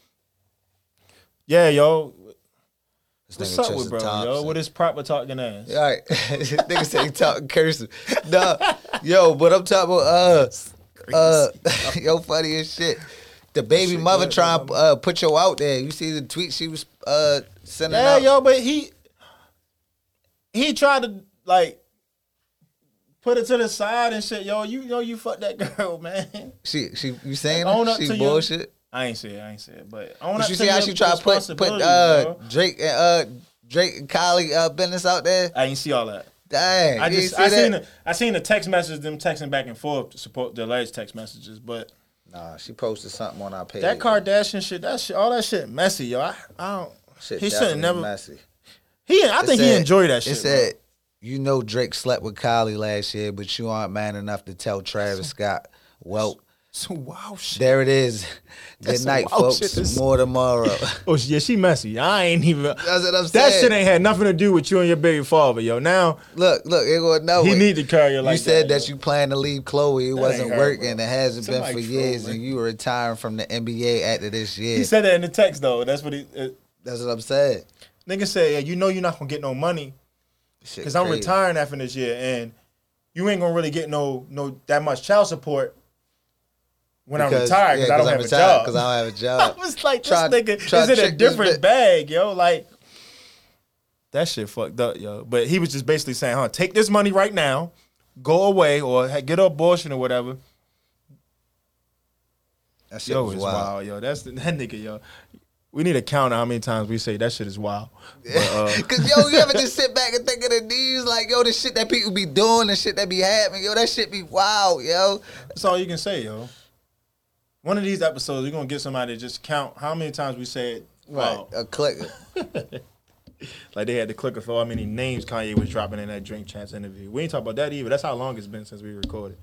yeah, yo, what's
This nigga
up with
Tristan
bro, yo?
Thompson.
What is proper talking ass?
All right, nigga say he talking cursive. Nah, yo, but I'm talking about uh, uh, yo, funny as shit. The baby mother trying to uh, put yo out there. You see the tweet she was uh sending
Yeah,
out.
yo, but he he tried to like put it to the side and shit. Yo, you know you fucked that girl, man.
She, she, you saying
Own
it?
up to
she
your-
bullshit.
I ain't say it, I ain't say it, but I
But you see how she tried to put put uh Drake and uh Drake and Kylie uh business out there.
I ain't see all that.
Dang,
I
you
just
ain't see
I seen
that?
the, I seen the text message them texting back and forth to support the latest text messages, but
Nah, she posted something on our page.
that Kardashian shit, that shit, all that shit messy, yo. I, I don't.
Shit
he
definitely
shouldn't never.
messy.
He, I
It
think he
said-
enjoyed that shit.
It
bro.
said, "You know Drake slept with Kylie last year, but you aren't man enough to tell Travis Scott." Well,
some wild shit.
there it is.
That's
Good night,
some wild shit
folks.
to say.
More tomorrow.
Oh yeah, she messy. I ain't even.
That's what I'm
That
saying.
shit ain't had nothing to do with you and your baby father, yo. Now
look, look, it going no.
he need to carry you like
Oh, you said that,
yo.
you plan to leave Chloe. It wasn't
ain't her,
working.
bro.
It hasn't
Somebody
been for years,
trolling.
and you were retiring from the NBA after this year.
He said that in the text though. That's what he. Uh,
That's what I'm saying.
nigga said, yeah, you know you're not gonna get no money
Shit
because I'm
crazy.
retiring after this year, and you ain't gonna really get no no that much child support when I'm
Because-
retired because
yeah,
I don't have a job.
Because I don't have a job.
I was like, this
Try-
nigga
try
is in a
check this
different
bit.
bag, yo. Like that shit fucked up, yo. But he was just basically saying, huh, take this money right now, go away, or ha- get an abortion or whatever.
That shit
Yo,
was
it's
wild.
wild, yo. That's the, that nigga, yo. We need a counter how many times we say that shit is wild. But, uh,
Cause yo, you ever just sit back and think of the news, like yo, the shit that people be doing, the shit that be happening, yo, that shit be wild, yo.
That's all you can say, yo. One of these episodes, we're gonna get somebody to just count how many times we said wow.
a clicker.
Like they had the clicker for how many names Kanye was dropping in that Drink Chance interview. We ain't talk about that either. That's how long it's been since we recorded.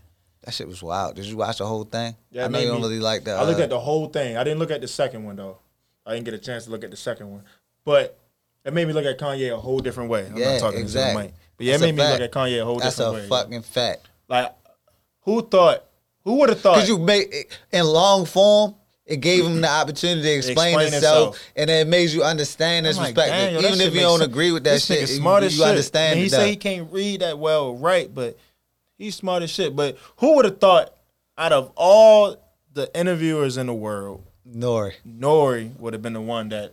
That shit was wild. Did you watch the whole thing?
Yeah, it
I know
made
you don't
me-
really like uh, that.
I looked at the whole thing. I didn't look at the second one though. I didn't get a chance to look at the second one, but it made me look at Kanye a whole different way. I'm
Yeah,
not talking
exactly.
to Mike, but yeah,
That's
it
a
made me look
fact.
at Kanye a whole
That's a
different way.
fucking fact.
Like, who thought? Who would have thought?
Cause you made it- in long form. It gave him the opportunity to explain,
Explain
himself,
itself.
and it made you understand his
I'm like,
perspective.
"Damn, yo, that
Even
shit
if you
makes
don't
sense.
agree with that
This
shit,
nigga
you,
smart as
you
shit.
understand
And
it.
he
though.
say he can't read that well, right? But he's smart as shit. But who would have thought? Out of all the interviewers in the world,
Nori.
Nori would have been the one that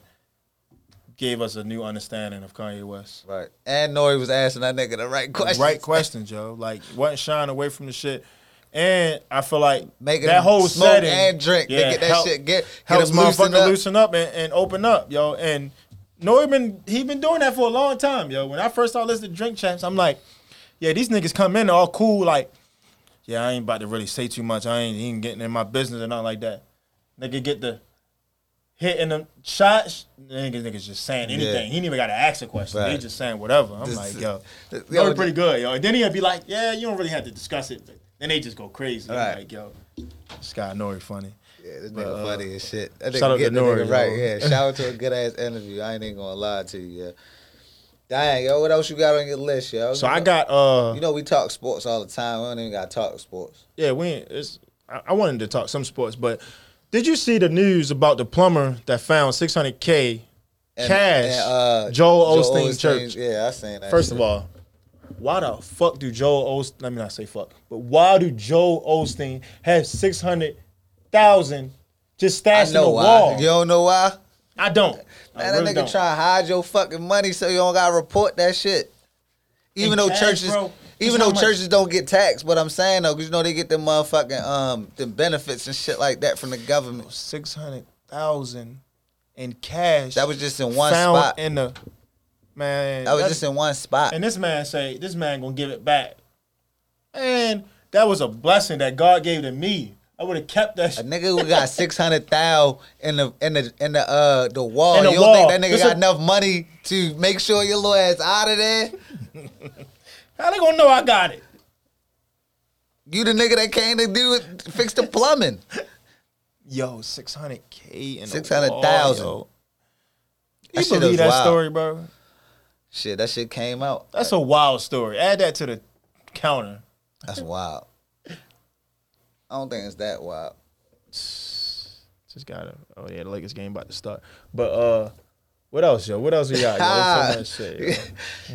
gave us a new understanding of Kanye West.
Right. And Nori was asking that nigga the right question.
Right questions, yo. Like wasn't shying away from the shit. And I feel like
Making
that
them
whole
smoke
setting
and drink. They get that
help-
shit- get- get
helps
them loosened
motherfucker
up.
loosen up and, and open up, yo. And Nori been he been doing that for a long time, yo. When I first started listening to Drink Champs, I'm like, yeah, these niggas come in all cool, like, yeah, I ain't about to really say too much. I ain't even getting in my business or nothing like that. Nigga get the hit in the shots. Niggas, niggas just saying anything. He ain't even got to ask a question. He
Right.
just saying whatever. I'm
This-
like, yo,
this-
that was
yo,
pretty good, yo. And then he'd be like, yeah, you don't really have to discuss it. But then they just go crazy. I'm
Right.
Like, yo, this guy Nori funny.
Yeah, this
But,
nigga
uh,
funny as shit. That nigga
shout out to
get the
Nori,
nigga right.
yo.
Yeah, shout out to a good ass interview. I ain't even gonna lie to you. Yeah. Dang, yo, what else you got on your list, yo?
So
You
I
know-
got uh
You know we talk sports all the time. We don't even gotta talk sports.
yeah, we ain't, it's I, I wanted to talk some sports, but did you see the news about the plumber that found 600k
And-
cash
and, uh,
Joel,
Joel
Osteen church?
Yeah, I seen that.
First
shit.
of all, why the fuck do Joel Osteen? Let me not say fuck, but why do Joel Osteen have 600,000 just stashed
I
in the
know why.
wall?
You don't know why?
I don't. I
Man,
really
that nigga
don't.
trying to hide your fucking money so you don't gotta report that shit. Even
And
though
cash,
churches,
bro, it's
even
not
though
much.
churches don't get taxed, what I'm saying though, 'cause you know they get them motherfucking um the benefits and shit like that from the government.
600,000 in cash.
That was just in one
found
spot.
in the man.
That was
that's-
just in one spot.
And this man say, this man gonna give it back. And that was a blessing that God gave to me. I would have kept that
A
shit.
nigga who got six hundred thou in the in the in the uh the wall.
In the
you don't
wall.
think that nigga
This
got
a-
enough money to make sure your little ass out of there?
How they gonna know I got it?
You the nigga that came to do it, fix the plumbing.
Yo, 600K and
600,000.
You
That shit
believe
was
that
wild.
story, bro?
Shit, that shit came out.
That's a wild story. Add that to the counter.
That's wild. I don't think it's that wild.
Just gotta. Oh yeah, the Lakers game about to start. But uh, what else, yo? What else we got? Yo? There's so much shit, yo.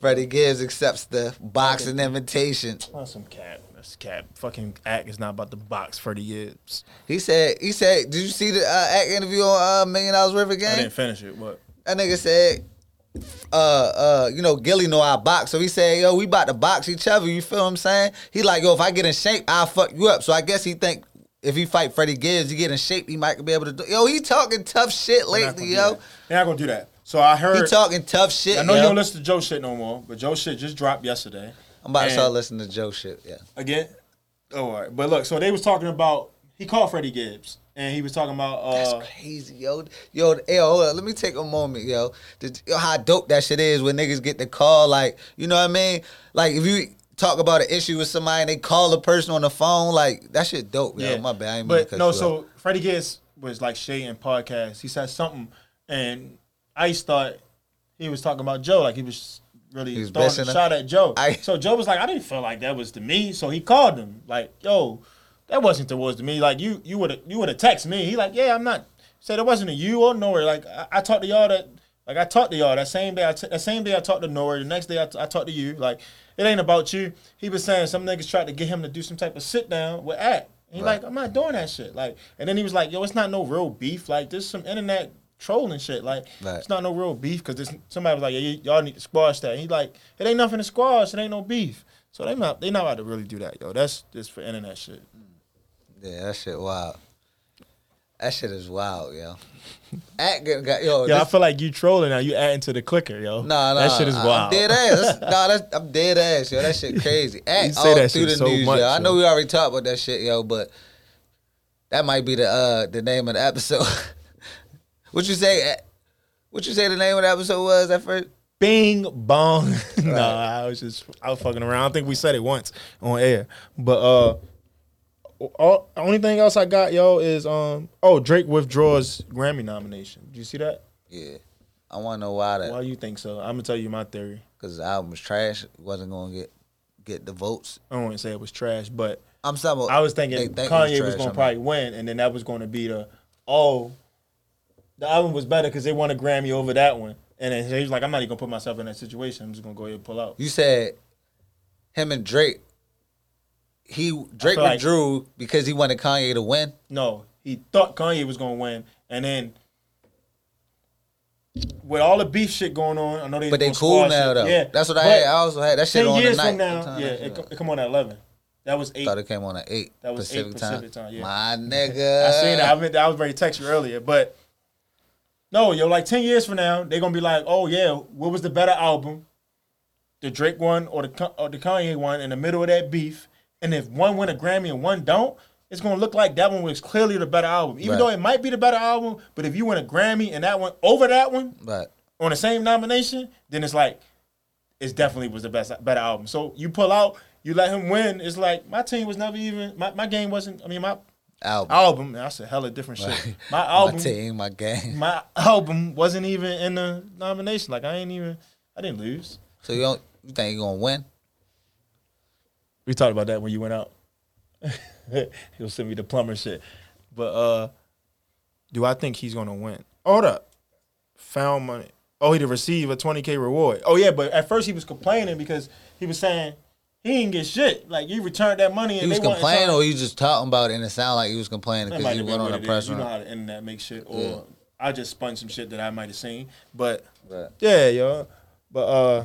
Freddie Gibbs accepts the boxing invitation.
On some cap. That's cap. Fucking act is not about to box for the years.
He said, he said, did you see the uh, act interview on uh, Million Dollars River
I
game?
didn't finish it. What?
That nigga said, uh, uh, you know, Gilly know I box. So he said, yo, we about to box each other. You feel what I'm saying? He like, yo, if I get in shape, I'll fuck you up. So I guess he think if he fight Freddie Gibbs, he get in shape, he might be able to do Yo, he talking tough shit
They're not gonna
lately,
do
yo.
that. They're not gonna do that. So I
He
heard.
talking tough shit,
I know
yo.
you don't listen to Joe shit no more, but Joe shit just dropped yesterday.
I'm about to
And-
start listening to Joe shit, yeah.
again. Oh, all right. But look, so they was talking about he called Freddie Gibbs and he was talking about
That's
uh
crazy, yo. Yo, yo, hold up. Let me take a moment, yo. Did- yo. How dope that shit is when niggas get the call, like, you know what I mean? Like, if you talk about an issue with somebody and they call the person on the phone, like, that shit dope, yo. My bad. I ain't mean to
But
cut
no,
you
so
off.
Freddie Gibbs was like Shay in podcast. He said something and Ice thought he was talking about Joe, like he was really
He was
throwing a
bitching him.
shot at Joe.
I-
so Joe was like, I didn't feel like that was to me. So he called him, like, yo, that wasn't towards me. Like you you would have you would have texted me. He like, yeah, I'm not said it wasn't to you or Nori. Like I, I talked to y'all that like I talked to y'all that same day. I t- that same day I talked to Nori. The next day I, t- I talked to you. Like it ain't about you. He was saying some niggas tried to get him to do some type of sit down with Act. He like I'm not doing that shit. Like and then he was like, yo, it's not no real beef. Like this some internet trolling shit. Like
Right.
it's not no real beef because somebody was like, yeah, y- y'all need to squash that. And he like it ain't nothing to squash. It ain't no beef. So they not they not about to really do that, yo. That's just for internet shit.
Yeah, that shit wild. That shit is wild, yo. Act good, got, yo.
Yeah, I
this-
feel like you trolling now. You adding to the clicker, yo.
Nah, nah,
that shit is
I-
wild.
I'm dead ass. Nah, that's, I'm dead ass, yo. That shit crazy. Act
say
all
that
through
shit
the
so
news,
much,
yo. I
yo.
know we already talked about that shit, yo, but that might be the uh the name of the episode. what you say? eh, What you say the name of the episode was at first?
Bing bong. nah, I was just I was fucking around. I think we said it once on air, but uh, all, only thing else I got, yo, is um, oh Drake withdraws Grammy nomination. Did you see that?
Yeah. I want to know why
Why
that
you think so? I'm gonna tell you my theory.
because the album was trash. It wasn't gonna get get the votes.
I don't want to say it was trash, but
I'm sorry.
I was thinking
they think it
Kanye was,
trash,
gonna
I mean.
probably win, and then that was gonna be the oh, the album was better because they won a Grammy over that one. And then he was like, I'm not even gonna put myself in that situation. I'm just gonna go ahead and pull out.
You said him and Drake. He Drake
like-
withdrew because he wanted Kanye to win.
No, he thought Kanye was gonna win, and then with all the beef shit going on, I know they.
But they
gonna
cool
squash
now
it.
though.
Yeah,
That's what I
but
had. I also had that shit
Ten
on
years
the night.
from
What
now,
time
yeah,
that shit
it,
on?
co- it come on at eleven. That was eight.
thought it came on at eight
That was eight
Pacific,
Pacific
time.
time, yeah.
My nigga.
I seen that. I, meant, I was ready to text you earlier, but no, yo, like ten years from now, they're gonna be like, oh yeah, what was the better album? the Drake one or the Ka- or the Kanye one in the middle of that beef, and if one win a Grammy and one don't, it's gonna look like that one was clearly the better album, even
Right.
though it might be the better album. But if you win a Grammy and that one over that one
But
on the same nomination, then it's like it definitely was the best better album. So you pull out, you let him win. It's like my team was never even my, my game wasn't. I mean my
album,
album. That's a hella different shit. My
my
album
team, my game.
my album wasn't even in the nomination. Like I ain't even, I didn't lose.
So you don't you think you gonna win?
We talked about that when you went out. He'll send me the plumber shit. But uh do I think he's gonna win? Hold up. Found money. Oh, he to receive a 20k reward. Oh yeah, but at first he was complaining because he was saying he didn't get shit. Like you returned that money and
He was
they wanted
complaining,
something-
or you just talking about it, and it sounded like he was complaining
That
because
might
he
have
went
been
on
what
a
it is.
press
You know
run.
how the internet makes shit, or
Yeah.
I just spun some shit that I might have seen. But
Right.
yeah, yo. But uh,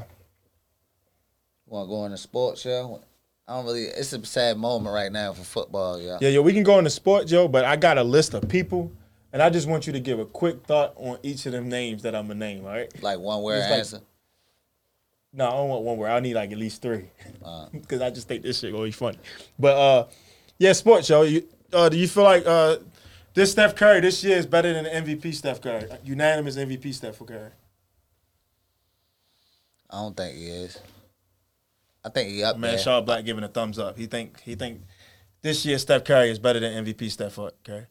Want to go on a sports show? I don't really. It's a sad moment right now for football, y'all.
yeah, yo, we can go into sport, Joe. But I got a list of people, and I just want you to give a quick thought on each of them names that I'm gonna name. All right?
Like one word
It's like-
answer.
No, I don't want one word. I need like at least three, because I just think this shit gonna be funny. But uh, yeah, sports, Joe. You, uh, do you feel like uh, this Steph Curry this year is better than the MVP Steph Curry, uh, unanimous MVP Steph Curry?
I don't think he is. I think he up
Man,
there.
Shaw Black giving a thumbs up. He think he think this year Steph Curry is better than MVP Steph Curry.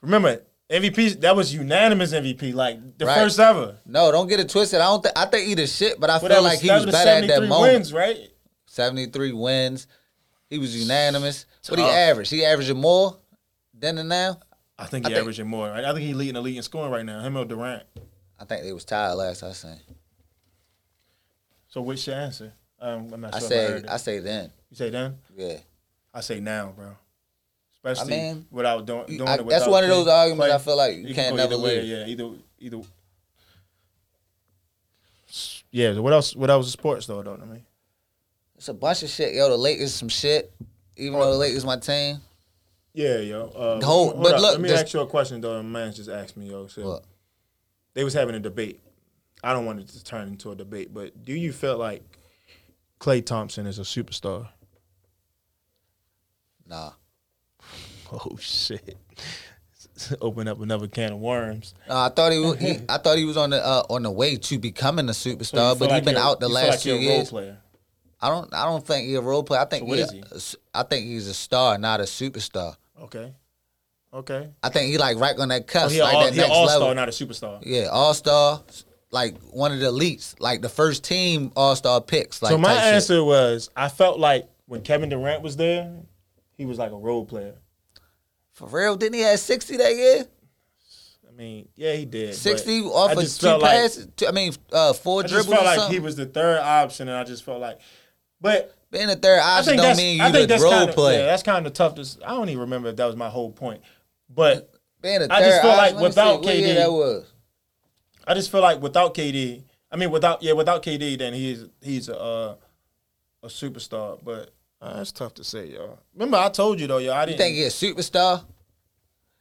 Remember, MVP that was unanimous MVP, like the
Right.
first ever.
No, don't get it twisted. I don't. Th- I think he the shit, but I
But
feel
that
like
was,
he
that
was
was
better at that
73
moment.
wins, right?
Seventy three wins. He was unanimous. What he
Tough.
averaged? He averaging more than and now.
I think
I
he
think-
averaging more. Right? I think he leading the league in scoring right now. Him or Durant.
I think they was tired last I seen.
So what's your answer? Um, I'm not
I
sure. if I
say
heard it.
I say then.
you say then?
Yeah.
I say now, bro. Especially
mean,
without doing, doing
I-
it.
that's
without
one of those
Clay.
arguments
Clay,
I feel like you
it
can't
can go either
never
way,
lose.
Yeah, either either. Yeah. so What else? What else is sports though? Don't I mean?
It's a bunch of shit, yo. The Lakers some shit. Even
Oh.
though the Lakers my team,
Yeah, yo. Uh,
Hold- but look,
let me
this-
ask you a question though. My man just asked me, yo. So
What?
they was having a debate. I don't want it to turn into a debate, but do you feel like Clay Thompson is a superstar?
nah.
Oh shit! Open up another can of worms.
Nah, I thought he, was, he I thought he was on the uh, on the way to becoming a
So you
superstar,
feel
but
like
he been
you're-
out the
you feel
last
like
two
you're a role
years.
player.
I don't I don't think he a role player. I think
So what
he,
is he?
a- s- I think he's a star, not a superstar.
Okay, okay.
I think he like right on that
So
cusp,
Oh, he
like
all,
that
he
next
all
level.
star, not a superstar.
Yeah, all star, like one of the elites, like the first team all star picks. Like
so my
type shit.
answer was, I felt like when Kevin Durant was there, he was like a role player.
for real, didn't he have sixty that year?
I mean, yeah, he did. but
Sixty
I
off of
just
two
felt like-
passes. two- I mean, uh, four
I
dribbles.
just felt
or
like
something.
he was the third option, and I just felt like, but
being a third
I
option
think
don't
that's
mean
I
you
think
the
that's
role
kind of yeah,
player.
that's kind of tough. To, s- I don't even remember if that was my whole point, but
being a third
I just feel
option,
like
let me
without
see, what year
KD
that was
I just feel like without KD, I mean without yeah without KD, then he's he's a uh, a superstar. But uh, that's tough to say, y'all. Remember I told you though, y'all. I
you
didn't
think he a superstar?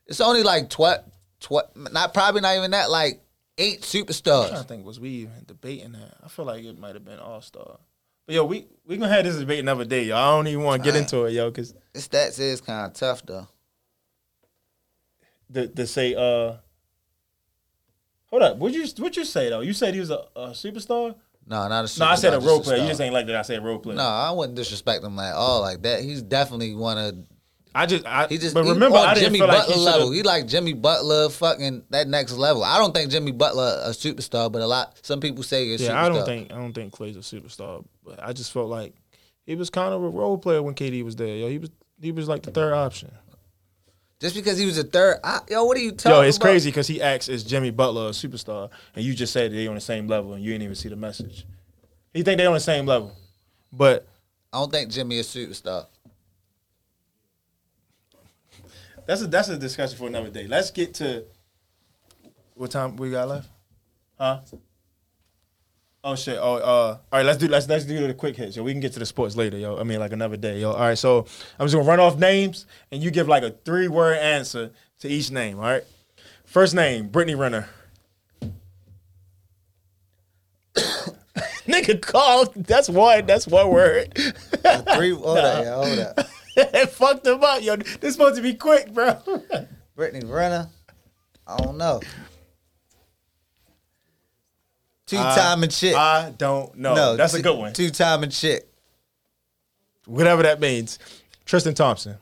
It's only like twelve, twelve, not probably not even that. Like eight
I'm trying
superstars.
to think, was we even debating that? I feel like it might have been All Star. But yo, we we gonna have this debate another day, yo. I don't even want to get into it, yo, because
The stats is kind of tough though.
to, to say, uh, hold up, what you what you say though? You said he was a, a superstar?
No, not a superstar.
No, I said a
just
role player. You
star.
just ain't like that. I said role player.
No, I wouldn't disrespect him at all like that. He's definitely one of
I just I
he just.
but
he
remember
on
I didn't
Jimmy
feel like
Butler
he should
level.
have-
He like Jimmy Butler, fucking that next level. I don't think Jimmy Butler a superstar, but a lot some people say he's. a
Yeah, I don't
superstar.
think I don't think Clay's a superstar, but I just felt like he was kind of a role player when KD was there. Yo, he was he was like the third option.
just because he was a third. I, yo, what are you talking?
Yo, it's
about?
crazy because he asks, "Is Jimmy Butler a superstar?" And you just said they on the same level, and you didn't even see the message. He think they on the same level, but
I don't think Jimmy a superstar.
that's a that's a discussion for another day. Let's get to what time we got left, huh? Oh shit! Oh, uh, all right. Let's do let's let's do the quick hits. Yo, we can get to the sports later, yo. I mean, like another day, yo. All right. So I'm just gonna run off names, and you give like a three word answer to each name. All right. First name, Brittany Renner.
nigga called. That's one. That's one word.
Three, hold up, yeah, hold up.
it fucked him up, yo. This supposed to be quick, bro.
Brittany Renner. I don't know. Two time and chick.
Uh, I don't know. that's a
two-
good one.
Two time and chick.
Whatever that means. Tristan Thompson.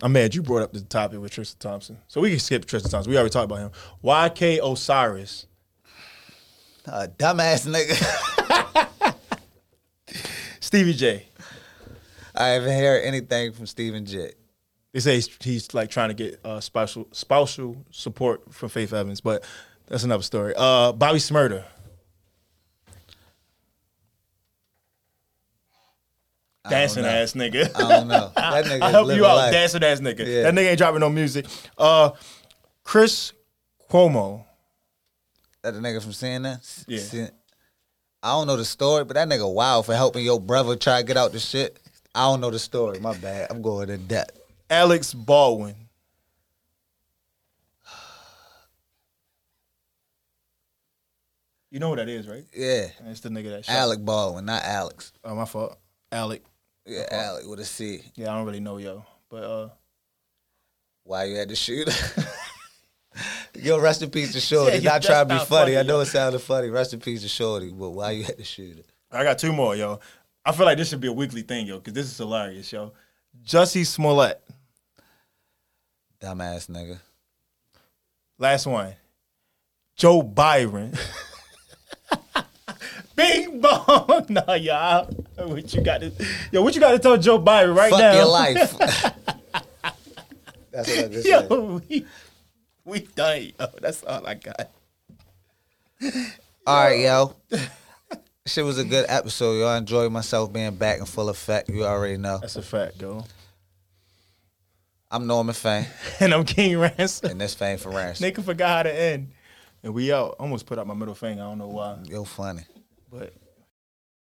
I'm mad you brought up the topic with Tristan Thompson. So we can skip Tristan Thompson. We already talked about him. YK Osiris.
A dumbass nigga.
Stevie J.
I haven't heard anything from Steven J.
They say he's, he's like trying to get uh, spousal spousal support from Faith Evans, but that's another story. Uh, Bobby Smurda. Dancing ass nigga.
I don't know. That nigga
I
is
help
living
you out,
life.
dancing ass nigga.
Yeah.
That nigga ain't dropping no music. Uh, Chris Cuomo.
That the nigga from CNN.
Yeah.
C- I don't know the story, but that nigga wild for helping your brother try to get out the shit. I don't know the story. My bad. I'm going in depth.
Alex Baldwin. You know what that is, right?
Yeah.
It's the nigga that shot.
Alec Baldwin, not Alex.
Oh, my fault. Alec.
Yeah, Alec with a C.
Yeah, I don't really know, yo. But uh,
why you had to shoot. Yo, rest in peace to Shorty.
Yeah, yo,
not trying to be
that's not
funny. I
funny,
know it sounded funny. Rest in peace to Shorty, but why you had to shoot it?
I got two more, yo. I feel like this should be a weekly thing, yo, because this is hilarious, yo. Jussie Smollett.
Dumbass nigga.
Last one. Joe Byron. Big bone. nah, y'all. What you got to Yo, what you got to tell Joe Byron right
Fuck
now?
your life. That's what I just said.
Yo, we, we done, yo. That's all I got.
All right, yo. Shit was a good episode, yo. I enjoyed myself being back in full effect. You already know.
That's a fact, yo.
I'm Norman Fane,
And I'm King Ransom.
and this Fane for ransom.
Nigga forgot how to end. And we out. Almost put out my middle finger. I don't know why.
Yo, funny.
But